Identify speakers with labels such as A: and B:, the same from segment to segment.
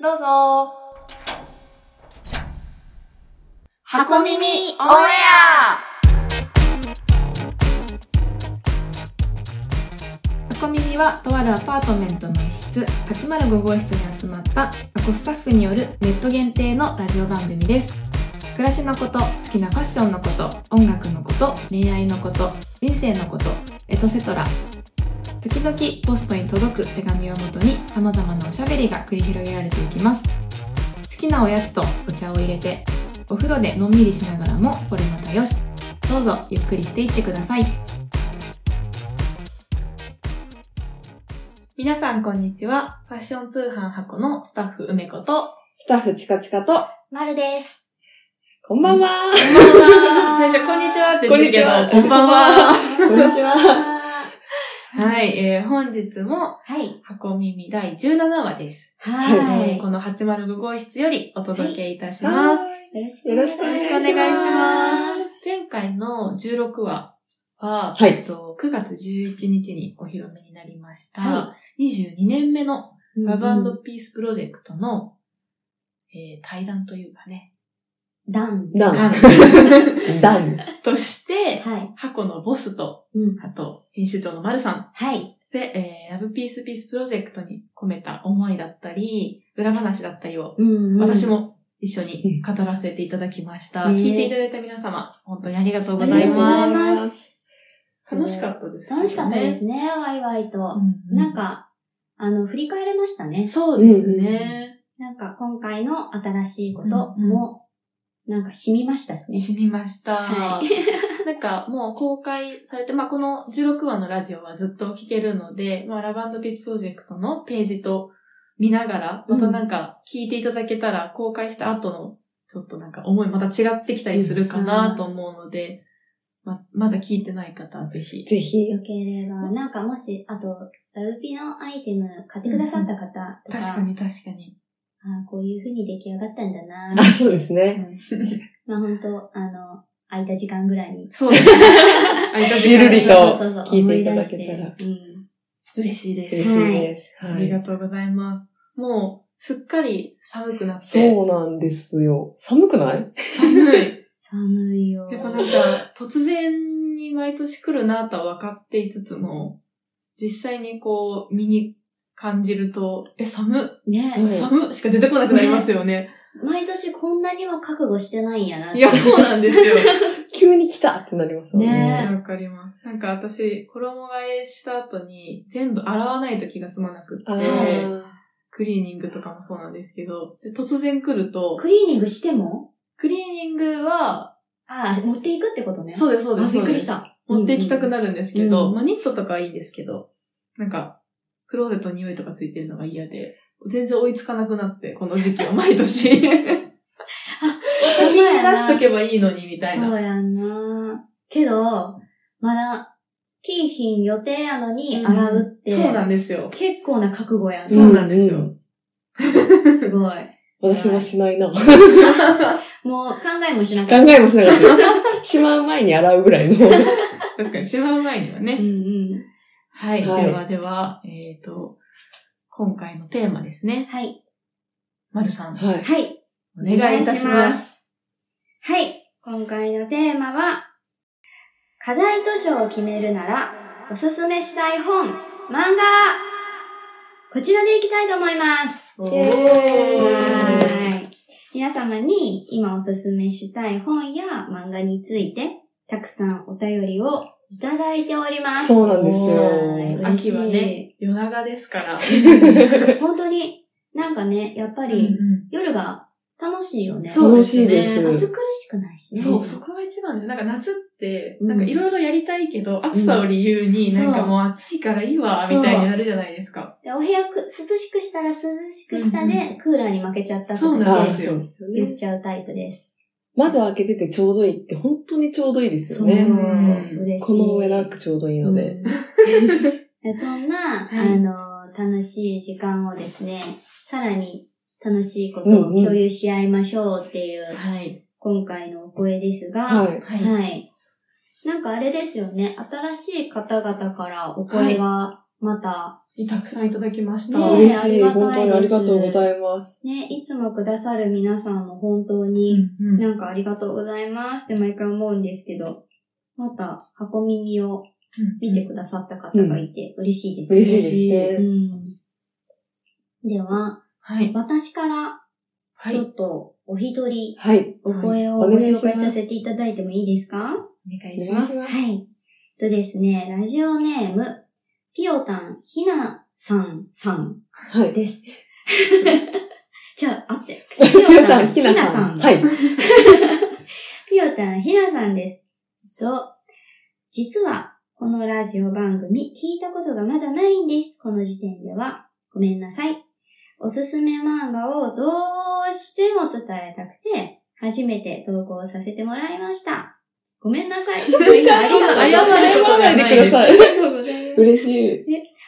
A: どうぞ。
B: 箱耳オンエ
A: ア箱耳はとあるアパートメントの一室805号室に集まったアコスタッフによるネット限定のラジオ番組です暮らしのこと好きなファッションのこと音楽のこと恋愛のこと人生のことエトセトラ時々ポストに届く手紙をもとに様々なおしゃべりが繰り広げられていきます好きなおやつとお茶を入れてお風呂でのんびりしながらもこれまたよしどうぞゆっくりしていってください皆さんこんにちはファッション通販箱のスタッフ梅子とスタッフチカチカと
B: まるです。
C: こんばんは。
A: 最初、こんにちはって言ってるけど、
C: こんにちは
A: こんばんは。
C: こんにちは。
A: はい、えー、本日も、
B: はい。
A: 箱耳第17話です。
B: は
A: えー
B: い。
A: この805号室よりお届けいたします。よ
C: は
B: よろしくお
A: ろしくお
B: 願いします。
A: 願いします。前回の16話は、
C: はい
A: えっと、9月11日にお披露目になりました、
B: は
A: 22年目の
C: い
A: ラブピースプロジェクトの、えー対談というかね、
B: ダン。
C: ダン。ダン。
A: として、
B: はい。
A: 箱のボスと、
B: うん。
A: あと、編集長の丸さん
B: はい。
A: で、えーラブピースピースプロジェクトに込めた思いだったり、裏話だったりを、
B: うん
A: 私。も一緒に語らせていただきました。
B: うん
A: 聞いていただいた皆様、本当にありがとうご
B: あ
A: ざ
B: り
A: い
B: がとうござ
A: ま
B: い
A: す。
B: ます。
A: 楽しかったです、
B: 楽しかったです
A: ね。
B: ね、ワイワイと。
A: うん
B: なん、か、あの、振り返れましたね。
A: そうですね。
B: なんか、今回の新しいこと
A: うんうん
B: も、なんか染みましたしね。
A: 染みました。
B: は
A: なんかもう公開されて、まあ、この16話のラジオはずっと聞けるので、まあ、ラバンドピースプロジェクトのページと見ながら、
B: う
A: ま
B: ん
A: たなんか聞いていただけたら、公開した後の、ちょっとなんか思いまた違ってきたりするかなと思うので、ま、まだ聞いてない方はぜひ。
C: ぜひ。
B: よければ、なんかもし、あと、ラブピのアイテム買ってくださった方とか、
A: 確かに確かに。
B: あーこういう風に出来上がったんだ な
C: あ、そうですね。
B: まあ本当あの、空いた時間ぐらいに。
A: そうですね。 ありがとうございます
C: ゆるりと
B: そうそうそう
C: 聞いていただけたら
B: 思い出して
A: 嬉しいです。
C: 嬉しいです。
A: あ
C: は
A: りが
C: い。
A: とうございます。もう、すっかり寒くなって。
C: そうなんですよ。寒くない
A: 寒い。
B: うん、寒いよ。
A: やっぱなんか、突然に毎年来るなとは分かっていつつも、実際にこう、身に感じると、え、寒
B: ね
C: そう
A: 寒しか出てこなくなりますよね。
B: 毎年こんなには覚悟してないんやな。
A: いや、そうなんです よ。
C: 急に来たってなりますよ
A: めっち
B: ね
A: ゃわかります。なんか私、衣替えした後に全部洗わないと気が済まなく
C: あ
A: って、
C: ー
A: クリーニングとかもそうなんですけど、で突然来ると、
B: クリーニングしても
A: クリーニングは、
B: ああ、持っていくってことね。
A: そうです、そうで
B: あ、
A: す。
B: びっ
A: そうで
B: くり
A: す
B: した。
A: 持って行きたくなるんですけど、
B: うん
A: まあニットとかはいいんですけど、なんか、クローゼットに匂いとかついてるのが嫌で、全然追いつかなくなって、この時期を毎年。 先に
B: 先
A: 出しとけばいいのに、みたい
B: そ
A: な。
B: うやんな。けど、まだ、キーヒン予定やのに
A: うん
B: 洗うって、
A: そうなんですよ。
B: 結構な覚悟やん。
A: そうなんですよ。
C: うん
B: すごい。
C: 私はしないな。考
B: もう考えもしなかった。
C: えもしなかった。しまう前に洗うぐらいの。
A: 確かに、しまう前には
B: うん
A: ね。
B: うん。
A: はい。
C: はい
A: ではでは、えっ、と、今回のテーマですね。
B: はい。
A: まるさん、
C: はい。
B: はい。
A: お願いいたします。
B: す。はい。今回のテーマは、課題図書を決めるなら、おすすめしたい本、漫画こちらでいきたいと思います。
A: おー
C: イエー
B: はーい。皆様に今おすすめしたい本や漫画について、たくさんお便りをいただいております。
C: そうなんです
B: お
C: よ。
B: ー
A: 秋はね、夜長ですから。
B: 本当に、なんかね、やっぱ
A: うん
B: り
A: うん
B: 夜が楽しいよね。
A: そうですね
C: 楽しいです
B: 暑苦しくないしね。
A: そう、そこが一番で、なんか夏って、
B: うん
A: なんかいろいろやりたいけど、暑さを理由に、なん
B: そ
A: か
B: う
A: もう暑いからいいわ、
B: そう
A: みたいになるじゃないですか。
B: でお部屋く涼しくしたら涼しくした
A: うん
B: で、クーラーに負けちゃったと
A: そう
B: か
A: な
C: あ
A: ん
C: ー
A: で
B: です
C: そ
A: よ
C: うですよ
B: 言っ
C: ね。
B: ちゃうタイプです。
C: 窓開けててちょうどいいって本当にちょうどいいですよ
B: そう
C: ね。
A: ん
B: 嬉しい。
C: この上なくちょうどいいので。
B: でそんな、
A: はい
B: あの、楽しい時間をですね、さらに楽しいことを
C: うんうん
B: 共有し合いましょうっていう、
A: はい。
B: 今回のお声ですが、
C: はい。
A: はい。
B: はいなんかあれですよね、新しい方々からお声がまた
A: たくさんいただきました。
B: ね
C: あ
B: え
C: 嬉しい。
B: ありがたいです
C: 本当にありがとうございます。
B: ね、いつもくださる皆さんも本当に、
A: うんうん
B: なんかありがとうございますって毎回思うんですけど、また箱耳を見てくださった方がいて嬉しいですね。
C: 嬉しいです
B: う
C: ね。
B: ん。では、
D: はい。
B: 私から
D: はい。
B: ち
D: お
B: ょっとお一人
C: はい。
B: お声を
C: は
B: ご
C: いお願い
B: 紹
C: しま
B: 介
C: す
B: させていただいてもいいですか
D: 願い
C: お
D: し
C: 願
D: ま
C: い
D: す
C: し。ます。
B: はい。えっとですね、ラジオネーム、ピオタンひなさんさん
C: はい。
B: です。 じゃあ、あって。ピ
C: ひなさん、ひなさん。はい。
B: ピオタンひなさんです。と、実は、このラジオ番組聞いたことがまだないんです。この時点では。ごめんなさい。おすすめ漫画をどうしても伝えたくて、初めて投稿させてもらいました。ごめんなさい。今
C: ちゃんと
B: ありがとうございます
C: 謝らないでください
B: ありがとうございます。
C: 嬉しい。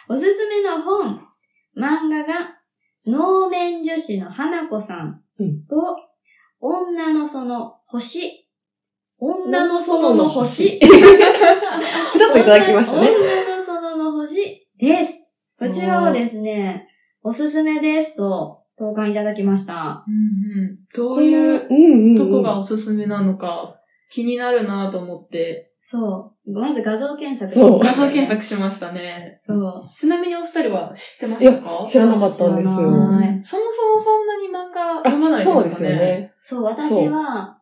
B: おすすめの本、漫画が、能面女子の花子さん
C: うん
B: と、女のその星、女のそのの星、
C: 二ついただきましたね。
B: 女のそのの星です。こちらをですね、おすすめですと、投函いただきました。
A: うんうんどういう
C: うんうん。
A: とこがおすすめなのか気になるなと思って
B: そう。まず画像検索
C: そう
A: 画像検。索しましたね。
B: そう。
A: ちなみにお二人は知ってましたか
C: 知らなかったんです
B: 知ら
C: よ。
B: ない
A: そもそもそんなに漫画読まないですかね。
C: そうですよ。ね。
B: そう、私は、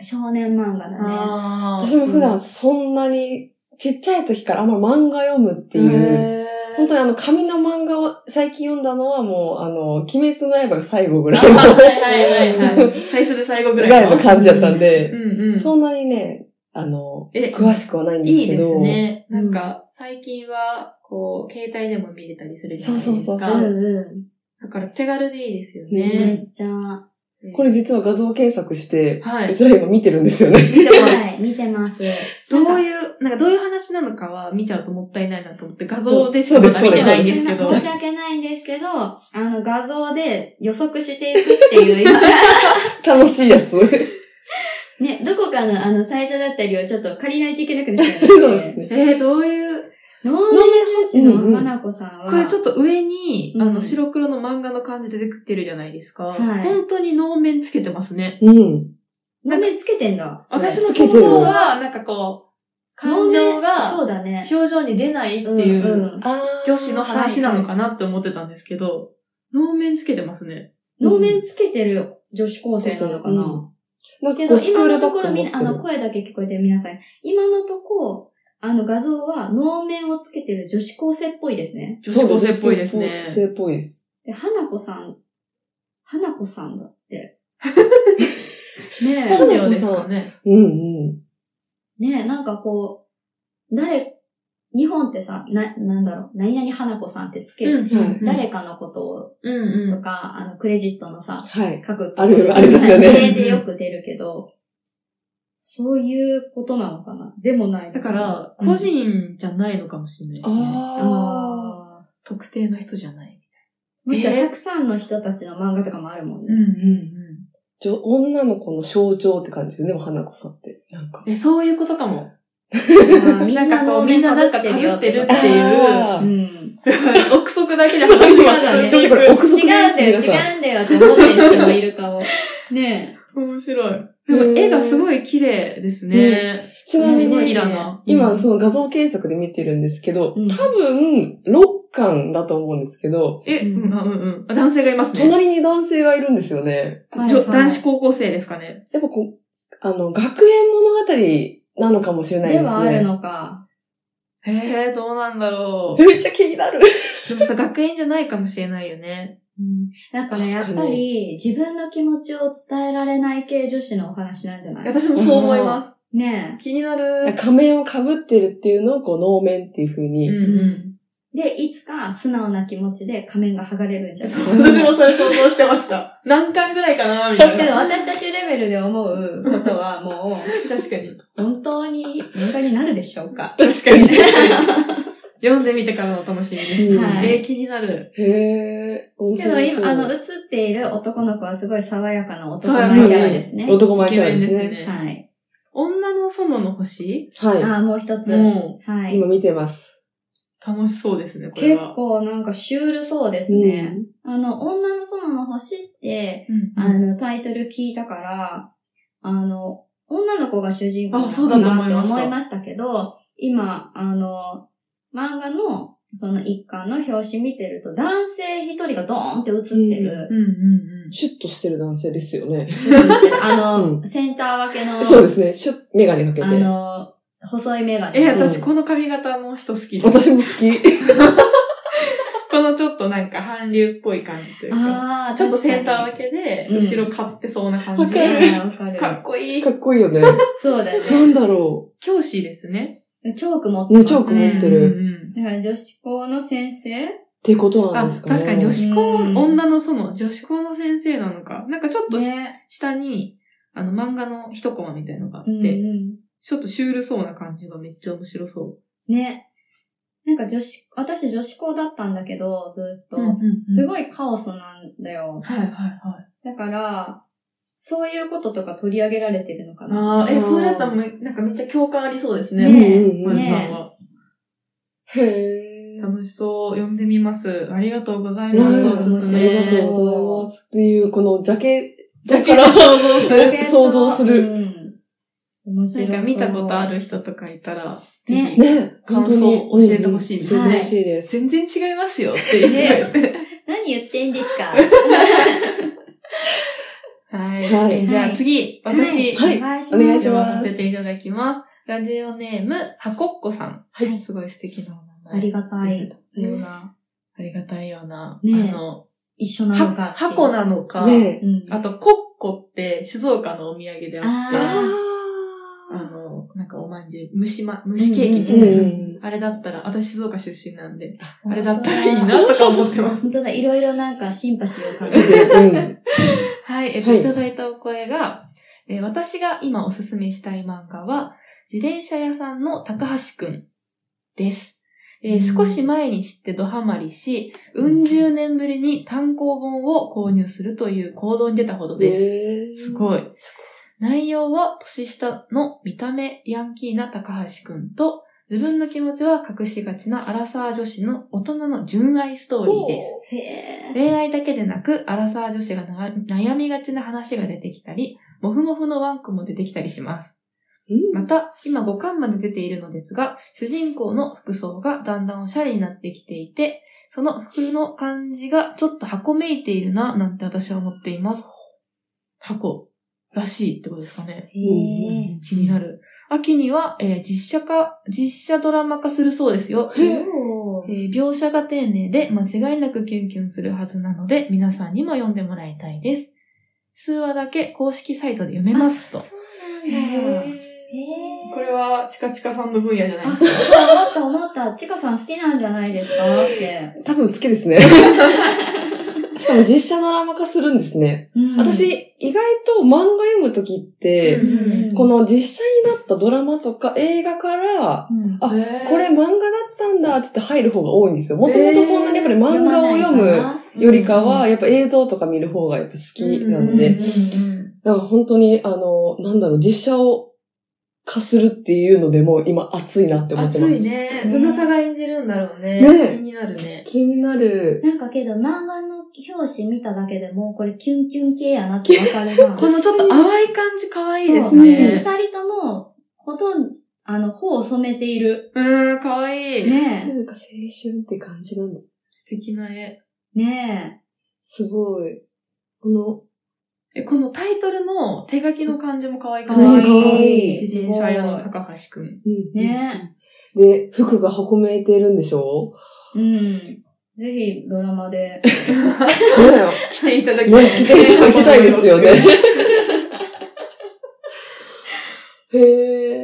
B: 少年漫画だね。
A: ああ。
C: 私も普段そんなに、ちっちゃい時からあんま漫画読むっていう。
A: へー
C: 本当にあの、紙の漫画を最近読んだのはもう、あの、鬼滅の刃が最後ぐらいの
A: あはいはいはいはい。最初で最後ぐ
C: ぐ
A: ら
C: ら
A: い
C: いの感じだったんで
A: う、んうん。
C: そんなにね、あの、
A: え
C: 詳しくはないんです
A: いい
C: け
A: で
C: ど。
A: すね。
B: う
A: なんんか、最近は、こう、携帯でも見れたりするじゃ
C: そ
A: な
C: う
A: いですか。
C: そうそ
B: う
C: う
B: ん
C: そう。
B: う
A: だから手軽でいいですよ
B: ん。め
A: ね。
B: っちゃ、
C: これ実は画像検索して、
A: は
C: う
A: い。
C: ちら今見てるんですよね。
A: 見てます
B: はい、見てます。
A: どう
B: う
A: いう、なんかどういう話なのかは見ちゃうともったいないなと思って、画像でしかまだ
C: そ
A: 見
C: うで
A: て
C: す
A: ないんですけど。
B: 申し訳ないんですけど、あの画像で予測していくっていう、今
C: 楽しいやつ。そう
B: ね、どこかのあのサイトだったりをちょっと借りないといけなくなっちゃうん
C: です
B: で。
C: ね。
A: えー、どういう、
B: 能面女子の花子さんは、
A: これちょっと上に、
B: うん
A: あの、白黒の漫画の感じで出てきてるじゃないですか。
B: はい
A: 本当に能面つけてますね。
C: うん。
B: 能面つけてんだ。
A: 私の
C: つけ
A: 想
C: てる
A: 像は、なんかこう、感情
B: そ
A: が
B: うだね。
A: 表情に出ないってい
B: ん
A: う、
B: ん
A: 女子の話なのかなって思ってたんですけど、能面つけてますね。
B: 能面つけてる女子高生なのかな。
C: な
B: け
C: んかこ
B: ど、
C: うスク
B: 今
C: ー
B: の
C: ルバ
B: と
C: ッグ
B: ころみん
C: 持って
B: な、
C: る
B: あの、声だけ聞こえてる皆さん。今のところ、あの画像は能面をつけてる女子高生っぽいですね。
A: 女子高生っぽいですね
C: 女子高。生っぽいです。
B: で、花子さん、花子さんだって。ね
C: そう
A: 本名ですかね。
C: うんうん。
B: え、ねえ、なんかこう、誰、日本ってさ、な、なんだろう、何々花子さんってつける。
C: んうん
B: 誰かのことを、
A: うん
B: と
A: うん。
B: か、あの、クレジットのさ、
C: はい。
B: 書く
C: あるありますよね
B: 例でよく出るけど、そういうことなのかなでもないの
A: だ
B: か
A: か
B: な。
A: ら、
B: うん
A: 個人じゃないのかもしれないですね。
C: あ
B: あー
A: 特定の人じゃない。
B: もしくは
A: えー
B: たくさんの人たちの漫画とかもあるもんね。
A: んうん
C: ーじょ女の子の象徴って感じですよね、でも花子さんって。なんか。
A: え、そういうことかも。
B: み ん
A: なんか
B: な
A: こ
B: の
A: う、みんななんか被
B: 面
A: ってるって
C: あ
A: いう、
C: ー
B: うん。
A: 憶測だけで話が進んでいく
C: ちょっとこ れ憶
B: 違うん
C: 測
B: だよ、
C: です皆さん
B: 違うんだよって思ってる人もいるかも。ね
A: 面白い。でも絵がすごい綺麗ですね。
C: ちなみ
A: す
B: ね
A: ごい
C: に、
A: 綺麗だな。
C: 今その画像検索で見てるんですけど、
B: うん
C: 多分、6巻だと思うんですけど、
A: え、うん、あうんうん。あ男性がいますね。
C: 隣に男性がいるんですよね。
B: え。
A: ちょ男子高校生ですかね。
C: やっぱこう、あの、学園物語なのかもしれない
B: で
C: ですね。
B: はあるのか。
A: えー、どうなんだ ろう。
C: めっちゃ気になる。
A: でもさ、学園じゃないかもしれないよね。
B: なんかね、やっ
C: 確かに
B: ぱり自分の気持ちを伝えられない系女子のお話なんじゃない
A: 私もそう思いま
B: ね
A: す。気になる。
C: 仮面を被ってるっていうのを、こう、能面っていう風
A: う
C: に、
A: んうん。
B: え。で、いつか素直な気持ちで仮面が剥がれるんじゃない
A: そう私 もそれ想像してました。 何巻ぐらいかなみたい
B: けど
A: な。
B: 私たちレベルで思うことはもう、
A: 確かに。
B: 本当に漫画になるでしょうか。
C: 確かに。
A: 読んでみてからのお楽しみです。
C: うん
B: はい
A: えー、気になる。
C: へぇー。
B: けど今、あの、映
C: 面
B: っている男の子はすごい爽やかな男
A: 爽やか
B: 前
A: な
B: キャラです
C: 白
B: ね
C: そう。男前
A: イ
C: キ
A: ケ
C: ャ
A: メ
C: ラ
A: ン
C: で
A: ですすね。
C: ね。
B: はい。
A: 女の園の星
C: は
B: ああ、もう一つ。
A: も
B: は
A: う、
B: い。
C: い。今見てます。
A: 楽しそうですね、これ
B: 結
A: は。
B: 構なんかシュールそうですね。あの、女の園の星って、
A: うん
B: あの、タイトル聞いたから、あの、女の子が主人公
A: あそうだと
B: なの
A: 思
B: か
A: い
B: な
A: ま
B: って
A: した
B: 思いましたけど、今、あの、漫画のその一巻の表紙見てると、男性一人がドーンって映ってる。
A: うんうんうん。
C: シュッとしてる男性ですよね。
B: あの、
C: う
B: センター分けの、
C: そうですね。シュッ、メガネかけ
B: あ
C: て。
B: の、細い目が
A: え、
B: ね。
A: 私この髪型の人好きです。
C: 私も好 き。
A: このちょっとなんか韓流っぽい感じというか、
B: あー
A: ちょっとセンター
B: 確
A: 分けで、
B: うん
A: 後ろ買ってそうな感じ
B: かに
A: で、
B: うんわか
A: か
B: る。
A: っこいい
C: か。っこいいよね。
B: そうだよね。
C: なんだろ
A: 教師ですね。
B: チョーク持って
C: う。
B: ま
C: ね
B: す
C: チ
B: ね。
C: ョーク持ってる。っ
A: うんうん
B: だから女子校の先生
C: てことな
A: あ、
C: んです
A: 確
C: かね。
A: かに女子校、
B: うん
A: 女のその女子校の先生なのか、なんかちょっとし
B: ね。
A: 下に、あの漫画の一コマみたいのがあって、
B: うんうん
A: ちょっとシュールそうな感じがめっちゃ面白そ
B: ね。なんか女子、私女子校だったんだけど、ずっ
A: う。
B: と。す
A: い。
B: ごいカオスなんだよ。
A: はいはいはい。
B: だから、そういうこととか取り上げられてるのかな。
A: ああ、
C: あ
A: え、
C: ー
A: そういうやつはめなんかめっちゃ共感ありそうですね。
B: ねえ
C: うんうんう
A: ま
C: ん
A: ゆ
B: ね
A: さんは。
C: へー。
A: 楽しそう。読んでみます。ありがとうござい
C: な
A: ます。
C: る
A: お
C: ほど
A: すす
C: あ
A: め。
C: りがとうございます。っていう、このジャケ、
A: ジャケ
C: から
A: ット想像す
B: ジャケット
C: 想像する。
B: うん。面白
A: る。
B: い。
A: なんか見たことある人とかいたら、ぜ
B: ね
A: ひ。
C: ね、
A: 感想
C: 本当に
A: 教えてほしいです
C: うん教えてほしいです。
A: 全然違いますよって言って。
B: 何言ってんです か
A: はい。
C: はい
A: えじゃあ次、私、
C: はい
B: お願いし
C: お願いし
A: お邪
C: ま
A: 魔
C: す
A: させていただきます。ラジオネーム、はこっこさん。
B: はい
A: すごい素敵なお名前。
B: ありがたい
A: よう
B: よう
A: な。ありがたいような。
B: ねえ
A: あの、
B: 一緒なのか
A: は、
B: っていう。
A: 箱なのか、
C: ね
B: うん。
A: あと、コッコって静岡のお土産であって、
B: あ
A: あ
C: あ
A: の、なんかおまんじゅう、蒸しま、蒸しケーキみ
C: ー。
A: た
C: う
A: い
C: ん
A: な。
C: うん。
A: あれだったら、私静岡出身なんで、
B: 本当だ、
A: あれだったらいいなとか思ってます。
B: 本当だ、いろいろなんかシンパシーを感 じる。
C: うん。
A: はい、えっと、
C: はい
A: いただいたお声が、えー私が今おすすめしたい漫画は、自転車屋さんの高橋くんです。えー
B: うん
A: 少し前に知ってドハマりし、うん十年ぶりに単行本を購入するという行動に出たほどです。すごい。内容は年下の見た目ヤンキーな高橋くんと、自分の気持ちは隠しがちなアラサー女子の大人の純愛ストーリーです。
B: へえ。
A: 恋愛だけでなく、アラサー女子がな悩みがちな話が出てきたり、もふもふのワンクも出てきたりします。
C: うん
A: また、今5巻まで出ているのですが、主人公の服装がだんだんおしゃれになってきていて、その服の感じがちょっと箱めいているな、なんて私は思っています。箱らしいってことですかね。
B: へえ。
A: 気になる。秋には、えー実写化、実写ドラマ化するそうですよ。
B: おー
A: えー描写が丁寧で間違いなくキュンキュンするはずなので、皆さんにも読んでもらいたいです。数話だけ公式サイトで読めますと。
B: そうなんだ。へえ。
A: これは、チカチカさんの分野じゃない
B: あ、
A: で
B: そう
A: すか。
B: 思った思った。ちかさん好きなんじゃないですかって。
C: 多分好 きですね。しかも実写のラマ化するんですね。
B: うん、
C: 私、意外と漫画読むときって、
B: うん
C: こ、の実写になったドラマとか映画から、
B: うん
C: あ
A: へー
C: これ、漫画だったんだっつって入る方が多いんですよ。もともとそんなにやっぱり漫画を読むよりかは、、やっぱ映像とか見る方がやっぱ好きなんで、
A: うんうんうん
C: だから本当に、あの、なんだろう、実写を化するっていうのでもう今熱いなって思ってま
A: 熱
C: す。
A: いね。
B: ね
A: どなたが演じるんだろうね。
C: ねえ
A: 気になるね。
C: 気になる。
B: なんかけど漫画の表紙見ただけでも、これキュンキュン系やなってわかるな。
A: このちょっと淡い感じ可愛いです
B: 二
A: ね。
B: 人とも、ほとんど、あの、頬を染めている。
A: うん、可愛い。
B: ね
C: なんか青春って感じなんだ。
A: 素敵な絵。
B: え。ね
C: すごい。この、
A: え、このタイトルの手書きの感じも可愛く
B: え。
A: ない
C: 可愛い
A: 美人シャイアの高橋くん。
C: うん
B: ね
C: で、服が箱めいてるんでしょ
B: え。うん。ぜひ、ドラマで。
C: ね
A: 来ていただ
C: え
A: き
C: ね
A: たい。
C: え着ていただきたいですよね。へ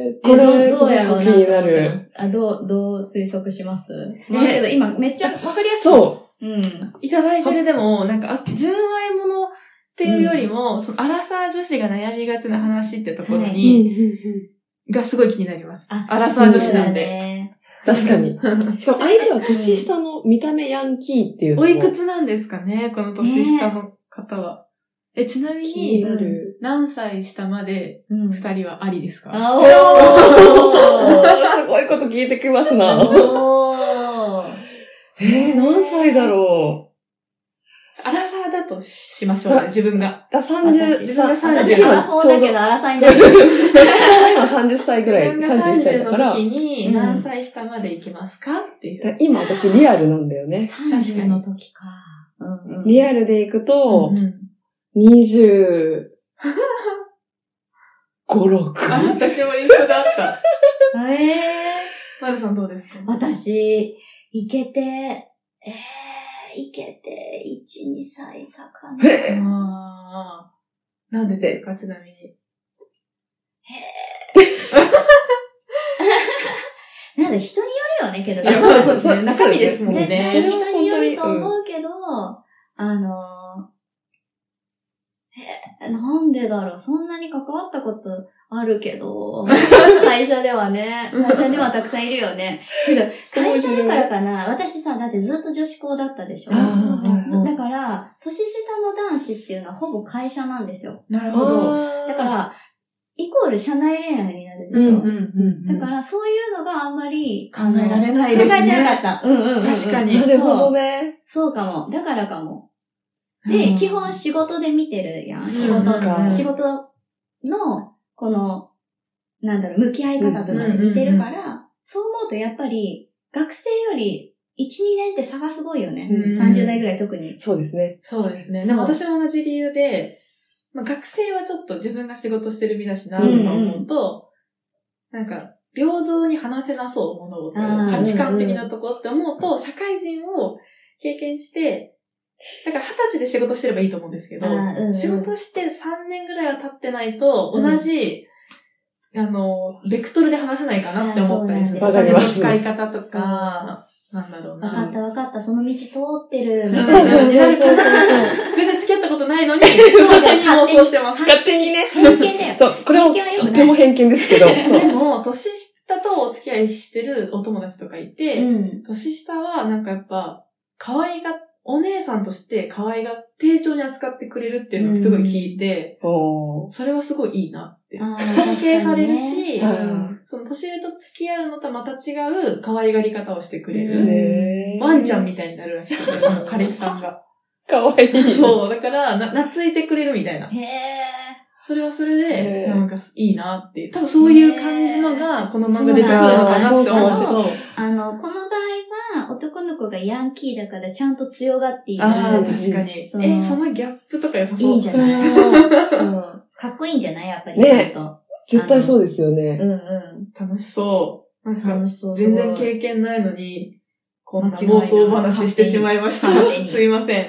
C: え、こ
B: え
C: れ、
B: ど
C: す
B: ど
C: ご
B: うやろう
C: く
B: な
C: 気になる。。
B: あ、どう、どう推測しますまあけど今めっちゃわかりやすい。う。
C: そ
B: うん。
A: いただいてるでも、なんか、あ純愛ものっていうよりも、その、アラサー女子が悩みがちな話ってところ
B: は
C: う。うん
A: に、
C: うんうん
A: がすごい気になります。
B: あ
A: アラサー女子なん
B: そうだ
A: で。
B: ね
C: 確かに。しかも相手は年下の見た目ヤンキーっていうの
A: お
C: も
A: いくつなんですかね、この年下の方は。え、ちなみ
C: 気に
A: に、
C: なる。
A: 何歳下まで
B: うん。
A: 二人はありですか
B: あおー
C: すごいこと聞いてきますな。
B: お
C: えー、何歳だろ
A: アラサーだとしましょうね、自分
C: う
A: が。。
C: あ、
B: 私、
C: 30、
B: 自分が
C: さ
B: 30
C: 私
B: の
C: は
B: 方
C: ちょ
B: だ
C: うど
B: け、ど、荒さになる。
C: 今30歳ぐらい、
A: 自分が
C: 31歳
A: 30
C: だ
A: の
C: から、
A: 時に
C: うん
A: 何歳下まで行きますかっていう。
C: 今私リアルなんだよね。
B: 30の時か。うんうん
C: リアルでいくと
A: う、ん
C: 25、6。
A: あ、私も一緒だった。
B: えー
A: マルさんどうですか
B: 私、いけて、えー、いけて、1、2歳差かな。
C: え
A: ああ。なんでですかちなみに。
B: なんだ、人によるよね、けど。
A: いや
C: そう
A: そうそう
C: そう
A: 中身ですもん
B: 絶
A: ね。
B: 対人による
C: そ
B: と
C: れは本当に
B: 思うけど、あのー、え、なんでだろう、そんなに関わったことあるけど、 会社ではね、会社ではたくさんいるよね。けど、会社だからかな、私さ、だってずっと女子校だったでしょ。
A: あー
C: うん
B: だから、年下の男子っていうのはほぼ会社なんですよ。
A: なるほど。
C: あー
B: だか、ら、イコール社内恋愛になるでしょ。
C: うん
A: だ
B: だから、そういうのがあんまり
A: 考えられな
B: 考
A: い
B: え
A: で
B: て
A: すね。
B: なかった。うんうんうんうん
A: 確かに
C: なるほどね。
B: そうかも。だからかも。
A: う
B: で、
A: ん
B: 基本仕事で見てるやん。仕
A: そう
B: 事
C: か、
B: 仕事の、この、なんだろう、向き合い方とかで見てるから、そう思うとやっぱり、学生より1、2年って差がすごいよね。
A: うん
B: 30代ぐらい特に。
C: そうですね。
A: そうですね。
B: そう
A: でも私も同じ理由で、まあ、学生はちょっと自分が仕事してる身だしなとか思うと、なんか、平等に話せなそう、物事を
B: あー
A: 価値観的なところって思うと、社会人を経験して、だから二十歳で仕事してればいいと思うんですけど、
B: あーうんうん
A: 仕事して3年ぐらいは経ってないと、同じ、あの、ベクトルで話せないかなって思ったりする。
B: あー
A: お
B: そうなん
A: 金
B: だ
A: の使い方とか、なんだろう
B: 分か
A: な。
B: った分かった、その道通ってる、み
A: うん
B: たい
C: そう
B: な。
C: そうそうそう
A: 全然付き合ったことない のに、
B: う
A: 勝手に妄
B: 勝手に
A: 想してます。
C: 勝手にね。
B: 偏見 だよ。
C: そう、これも
B: 偏見は良くな
C: と
B: い
C: ても偏見ですけ ど、そ
A: で
C: う。
A: も、年下とお付き合いしてるお友達とかいて、
B: うん。
A: 年下はなんかやっぱ、可愛が、お姉さんとして可愛が、丁重に扱ってくれるっていうのがすごい聞いて、
C: おー
A: それはすごいいいなって。
B: あー
A: 尊敬されるし、
C: 確かにね
A: うんその年上と付き合うのとはまた違う可愛がり方をしてくれ
B: う
A: る。
B: ん
C: ね
A: ワンちゃんみたいになるらし くて、あの彼氏さんが。
C: かわいい。
A: そう、だから、な、懐いてくれるみたいな。
B: へえ。
A: それはそれ
C: ね
A: で、なんかいいなっていう。多分そういう感じのが、この漫画で出てるのかなって思う
B: そう
A: と。
B: あの、この場合は、男の子がヤンキーだからちゃんと強がっている。
A: ああ、
C: うん
A: 確かに。え、そ
B: そう
A: のギャップとか良さそう。
B: いいんじゃ
C: う
B: ない
C: ん
B: そう。 かっこいいんじゃないやっぱり。
C: ね
B: ちゃんと
C: 絶対そうですよね。
B: うんう
A: 楽しそう。なん
B: ん。
A: か、
B: 楽しそう。
A: 全然
B: すごい
A: 経験ないのに、こんな
B: 間違いない
A: 妄想話してしまいました
B: 勝手。に
A: すいません。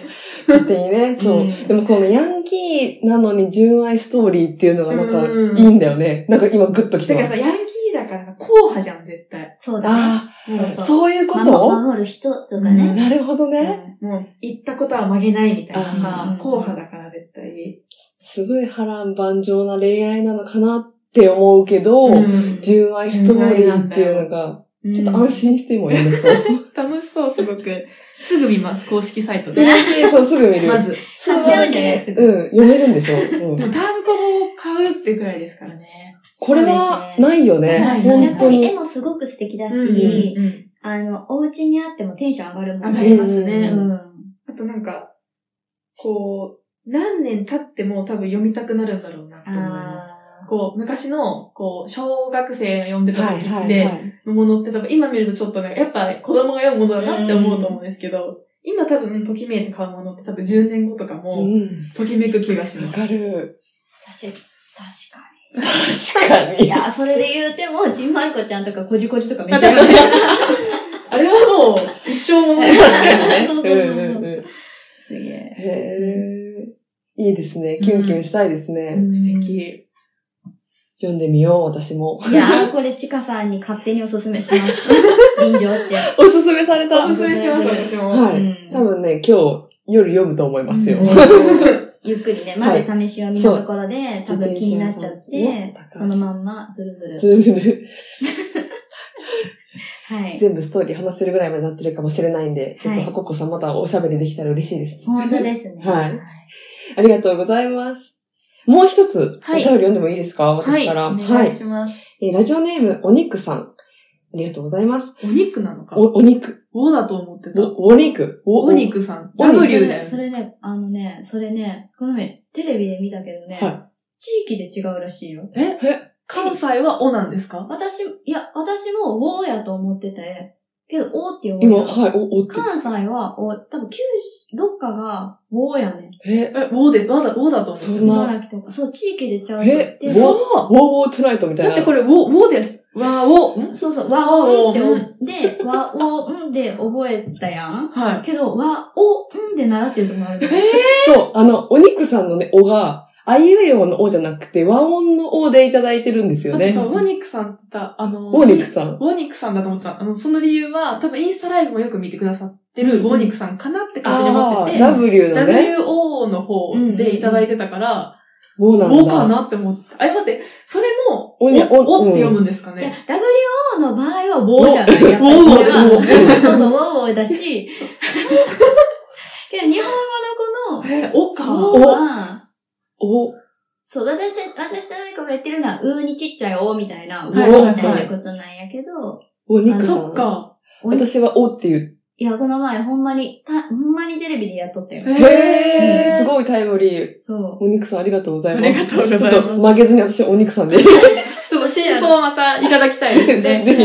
C: 勝手にね、そうう。
A: ん
C: でもこのヤンキーなのに純愛ストーリーっていうのがなんか
A: うん
C: いいんだよね。なんか今グッときて
A: だから
C: ま
A: さ、
C: す。
A: ヤンキーだから硬派じゃん、絶対。
B: そうだね。
C: あ
B: そう
A: うん
C: あ、
B: そう。
C: そういうこ
B: 守
C: と
B: 守る人とかね。
C: なるほどね。
A: もう、言ったことは曲げないみたいな
B: あ
A: さ
B: ー、
A: 硬派だから絶対。
C: すごい波乱万丈な恋愛なのかなって思うけど、
A: うん
C: 純愛ストーリーっていうのが、
A: うん
C: ちょっと安心しても読めそう。
A: 楽しそう、すごく。 すぐ見ます、公式サイトで。
C: 嬉しい、そう、すぐ見る。
A: まず。
C: すぐ
B: 買っちゃうんじゃないすぐ
C: うん、読めるんでしょ。う
A: も
C: ん
A: う単行本を買うってぐらいですからね。
C: これは、ないよね。
A: ない
B: や
C: 本
B: っぱ
C: 当
B: り絵
C: に。
B: もすごく素敵だ
A: うん
B: し、
A: うん
B: あの、お家にあってもテンション上がるも
A: 上
B: ん
A: が
B: ね。
A: りますね。
C: う
B: うん。
A: あとなんか、こう、何年経っても多分読みたくなるんだろうなって思います。
B: あ
A: こう、昔の、こう、小学生が読んでた
C: は
A: 時
C: い、
A: っ
C: はい、は
A: て、
C: い。
A: ものって多分、今見るとちょっとね、やっぱ子供が読むものだなって思うと思うんですけど、今多分、ときめいて買うものって多分10年後とか
C: う
A: も、
C: ん。
A: ときめく気がしま
C: わ
A: す。
C: かる。
B: ー。確か確かに。
C: 確か
B: い
C: に。
B: や、それで言うても、ちんまる子ちゃんとかこじこじとかめっ
A: 確
B: ちゃ
A: かにあれはもう、一生ものです
C: 確かにね。
B: そうそううそうん
C: うんうん。
B: すげえ。
C: へーいいですね。キュンキュンしたいですね。
A: 素敵。
C: 読んでみよう、私も。
B: いやー、これちかさんに勝手におすすめします。臨場して。
C: おすすめされた。
A: おすすめします、私も。
C: は
B: う
C: い。
B: ん
C: 多分ね、今日、夜読むと思いますよ
A: う。ん
B: ゆっくりね、まず試し読みのところで、多分気になっちゃっ
C: 自転
B: て
C: 車、さん
B: そのまんまずるずる。
C: 通ずる。
B: はい。
C: 全部ストーリー話せるぐらいまでなってるかもしれないんで、ちょっと
B: はい
C: 箱子さんまたおしゃべりできたら嬉しいです。
B: 本当ですね。
C: はいありがとうございます。もう一つ、お
A: はい
C: 便り読んでもいいですか、私から。
A: はい。お願いします。
C: えーラジオネーム、お肉さん。ありがとうございます。
A: お肉なのか
C: お、お肉。
A: おだと思ってた。
C: お、お肉。お
A: お肉さん。
C: お肉
A: W だよ、ね。
B: それね、あのね、それね、この前テレビで見たけどね、
C: は
B: 地域で違うらしいよ。
A: え
C: え
A: 関西はおなんですか
B: 私、いや、私もウォーやと思ってて、けど、おーって呼ぶ
C: 今、
B: やん。
C: はい、お、おって。
B: 関西は、お、多分九州、どっかが、ウォーやねん。
C: え、
A: え、おで、わだ、おだと思ってた。
C: そんな
B: 茨城とか。そう、地域でちゃうよ
C: え、ウォー、ウォーウォートゥナイトみたい
A: だ
C: な。
A: ってこれ、お、おです。わお、ん
B: そうそう、和をんって
A: う
B: お、で、和をんで覚えたやん。
A: はい。
B: けど、和をんで習ってるとこもあるから。
C: そう、あの、お肉さんのね、おが、あいうえおのおじゃなくて、和音のおでいただいてるんですよ
A: あと
C: ね
A: さ、。ワニックさんってさ、あの、
C: ウォニクさ
A: ウ
C: ん。
A: ォニックさんだと思ってた。あの、その理由は、多分インスタライブもよく見てくださってるウォニックさんかなって勝手に思ってて、
C: ー W のね、
A: WO の方でいただいてたから、
C: ウォな
A: O
C: ん
A: か
C: だ。
A: なって思って。あ、待って、それも、お
C: お
A: お
C: に
A: って
C: お
A: 読むんですか
B: いや
A: ね。、
B: WO の場合は、ウォーじゃない。やっぱり
C: ウォ
B: それは
C: ウォ
B: そ
C: ウォ
B: うそう、ウォーウォー だし。けど、日本語のこ
A: え、おか。
B: の、ウォーは、
C: お、
B: そう、私、私と何かが言ってるのは、うーにちっちゃいおみたいな、ウォ
A: はい
B: ーみ
C: は
B: たい
C: い
B: なことなんやけど、
C: お肉さん。
A: そっか。
B: おい
C: 私はおっていう。
B: いや、この前、ほんまに、た、ほんまにテレビでやっとったよ。
C: うんす
A: い。
C: ごいタイムリー。
B: そう。
C: お肉さんありがとうござ
A: あ
C: い
A: り
C: ま
A: が
C: す。
A: とうご
C: ち
A: ざ
C: ょっ
A: い
C: と
A: ます。
C: 負けずに私お肉さんで。
A: ちょっと真 相をまたいただきたいですね。
C: ぜひ。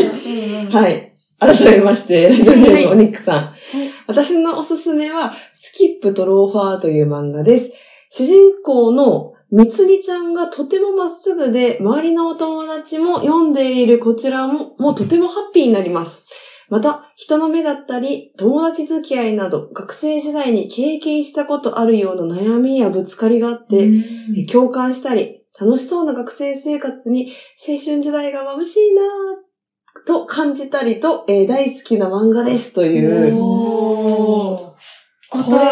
B: うんうん
C: はい。改めまして、ラジオネーム
A: は
C: お肉さん。
B: い
C: 私のおすすめは、スキップとローファーという漫画です。主人公のみつりちゃんがとてもまっすぐで、周りのお友達も読んでいるこちらも、もうとてもハッピーになります。また、人の目だったり、友達付き合いなど、学生時代に経験したことあるような悩みやぶつかりがあって、え
A: で、
C: 共感したり、楽しそうな学生生活に青春時代が眩しいなぁと感じたりと、えー大好きな漫画ですという。
A: おー。ま
C: これ
A: た、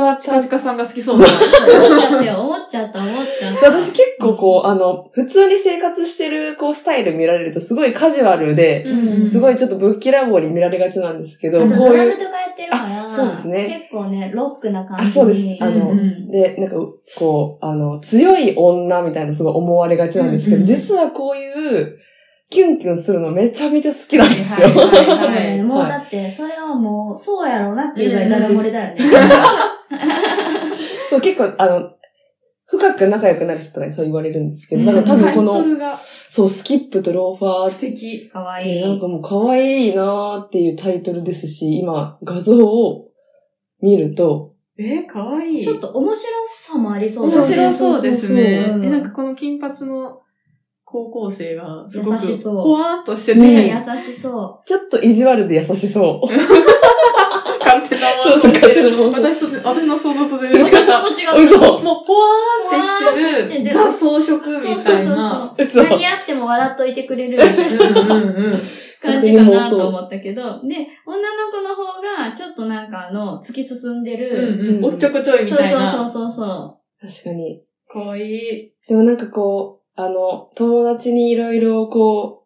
C: は
A: また、チカチカさんが好きそう だな。
B: 思っちゃったよ、思っちゃった、思っちゃった。
C: 私結構こう、あの、普通に生活してるこうスタイル見られるとすごいカジュアルで、
B: うん
C: すごいちょっとぶっきらぼうに見られがちなんですけど、
B: あと、
C: こう
B: ドラ
C: い
B: ム
C: う、
B: とかやってるから、
C: あそうですね
B: 結構ね、ロックな感じ
C: あそうですあの
A: うんうん
C: で、なんか、こう、あの、強い女みたいなすごい思われがちなんですけど、
A: うんうん
C: 実はこういう、キュンキュンするのめちゃめちゃ好きなんですよ。
A: はいはい
B: そう
A: はい
B: だよねもう
C: はい
B: だって、それはもう、そうやろうなっていうぐらいダダ漏れだよね。
C: そう、結構、あの、深く仲良くなる人とかにそう言われるんですけど、だから多分こ
A: タイト
C: の、
A: ルが
C: そう、スキップとローファー
A: 素敵。
B: かわ
C: っ
B: い
C: て、なん
B: い。
C: かもう可愛いなーっていうタイトルですし、今、画像を見ると、
A: えー、かわいい。
B: ちょっと面白さもありそう
A: 面
B: だね
A: 白そうですね。
B: そうそうそう
A: え、なんかこの金髪の高校生が、すごく、
B: 優しそう
A: ほわーっとして
B: ね
A: て、
B: 優しそ
C: ちょっと意地悪で優しそう。
A: 勝手なも
C: そうそう、勝手なもの。
A: 私と、私の想像と全
B: う。
A: 然違っ
B: そ
A: た。
B: こ
A: もう、
B: 違う。
C: 嘘
A: ほわーってしてる、
B: ほわー
A: ザ
B: って
A: 装飾み
B: そうそう
A: たい
B: そう
A: な。
B: そ。
C: そうう
B: 何やっても笑っといてくれるみたいな
A: うんうんうん。
B: 感じかなと思ったけど、で、女の子の方が、ちょっとなんかあの、突き進んで
A: う
B: る。
A: んうん。おっちょこちょいみ
B: そう
A: たいな。
B: そうそうそ
C: 確かに。
A: かわいい。
C: でもなんかこう、あの、友達にいろいろこう、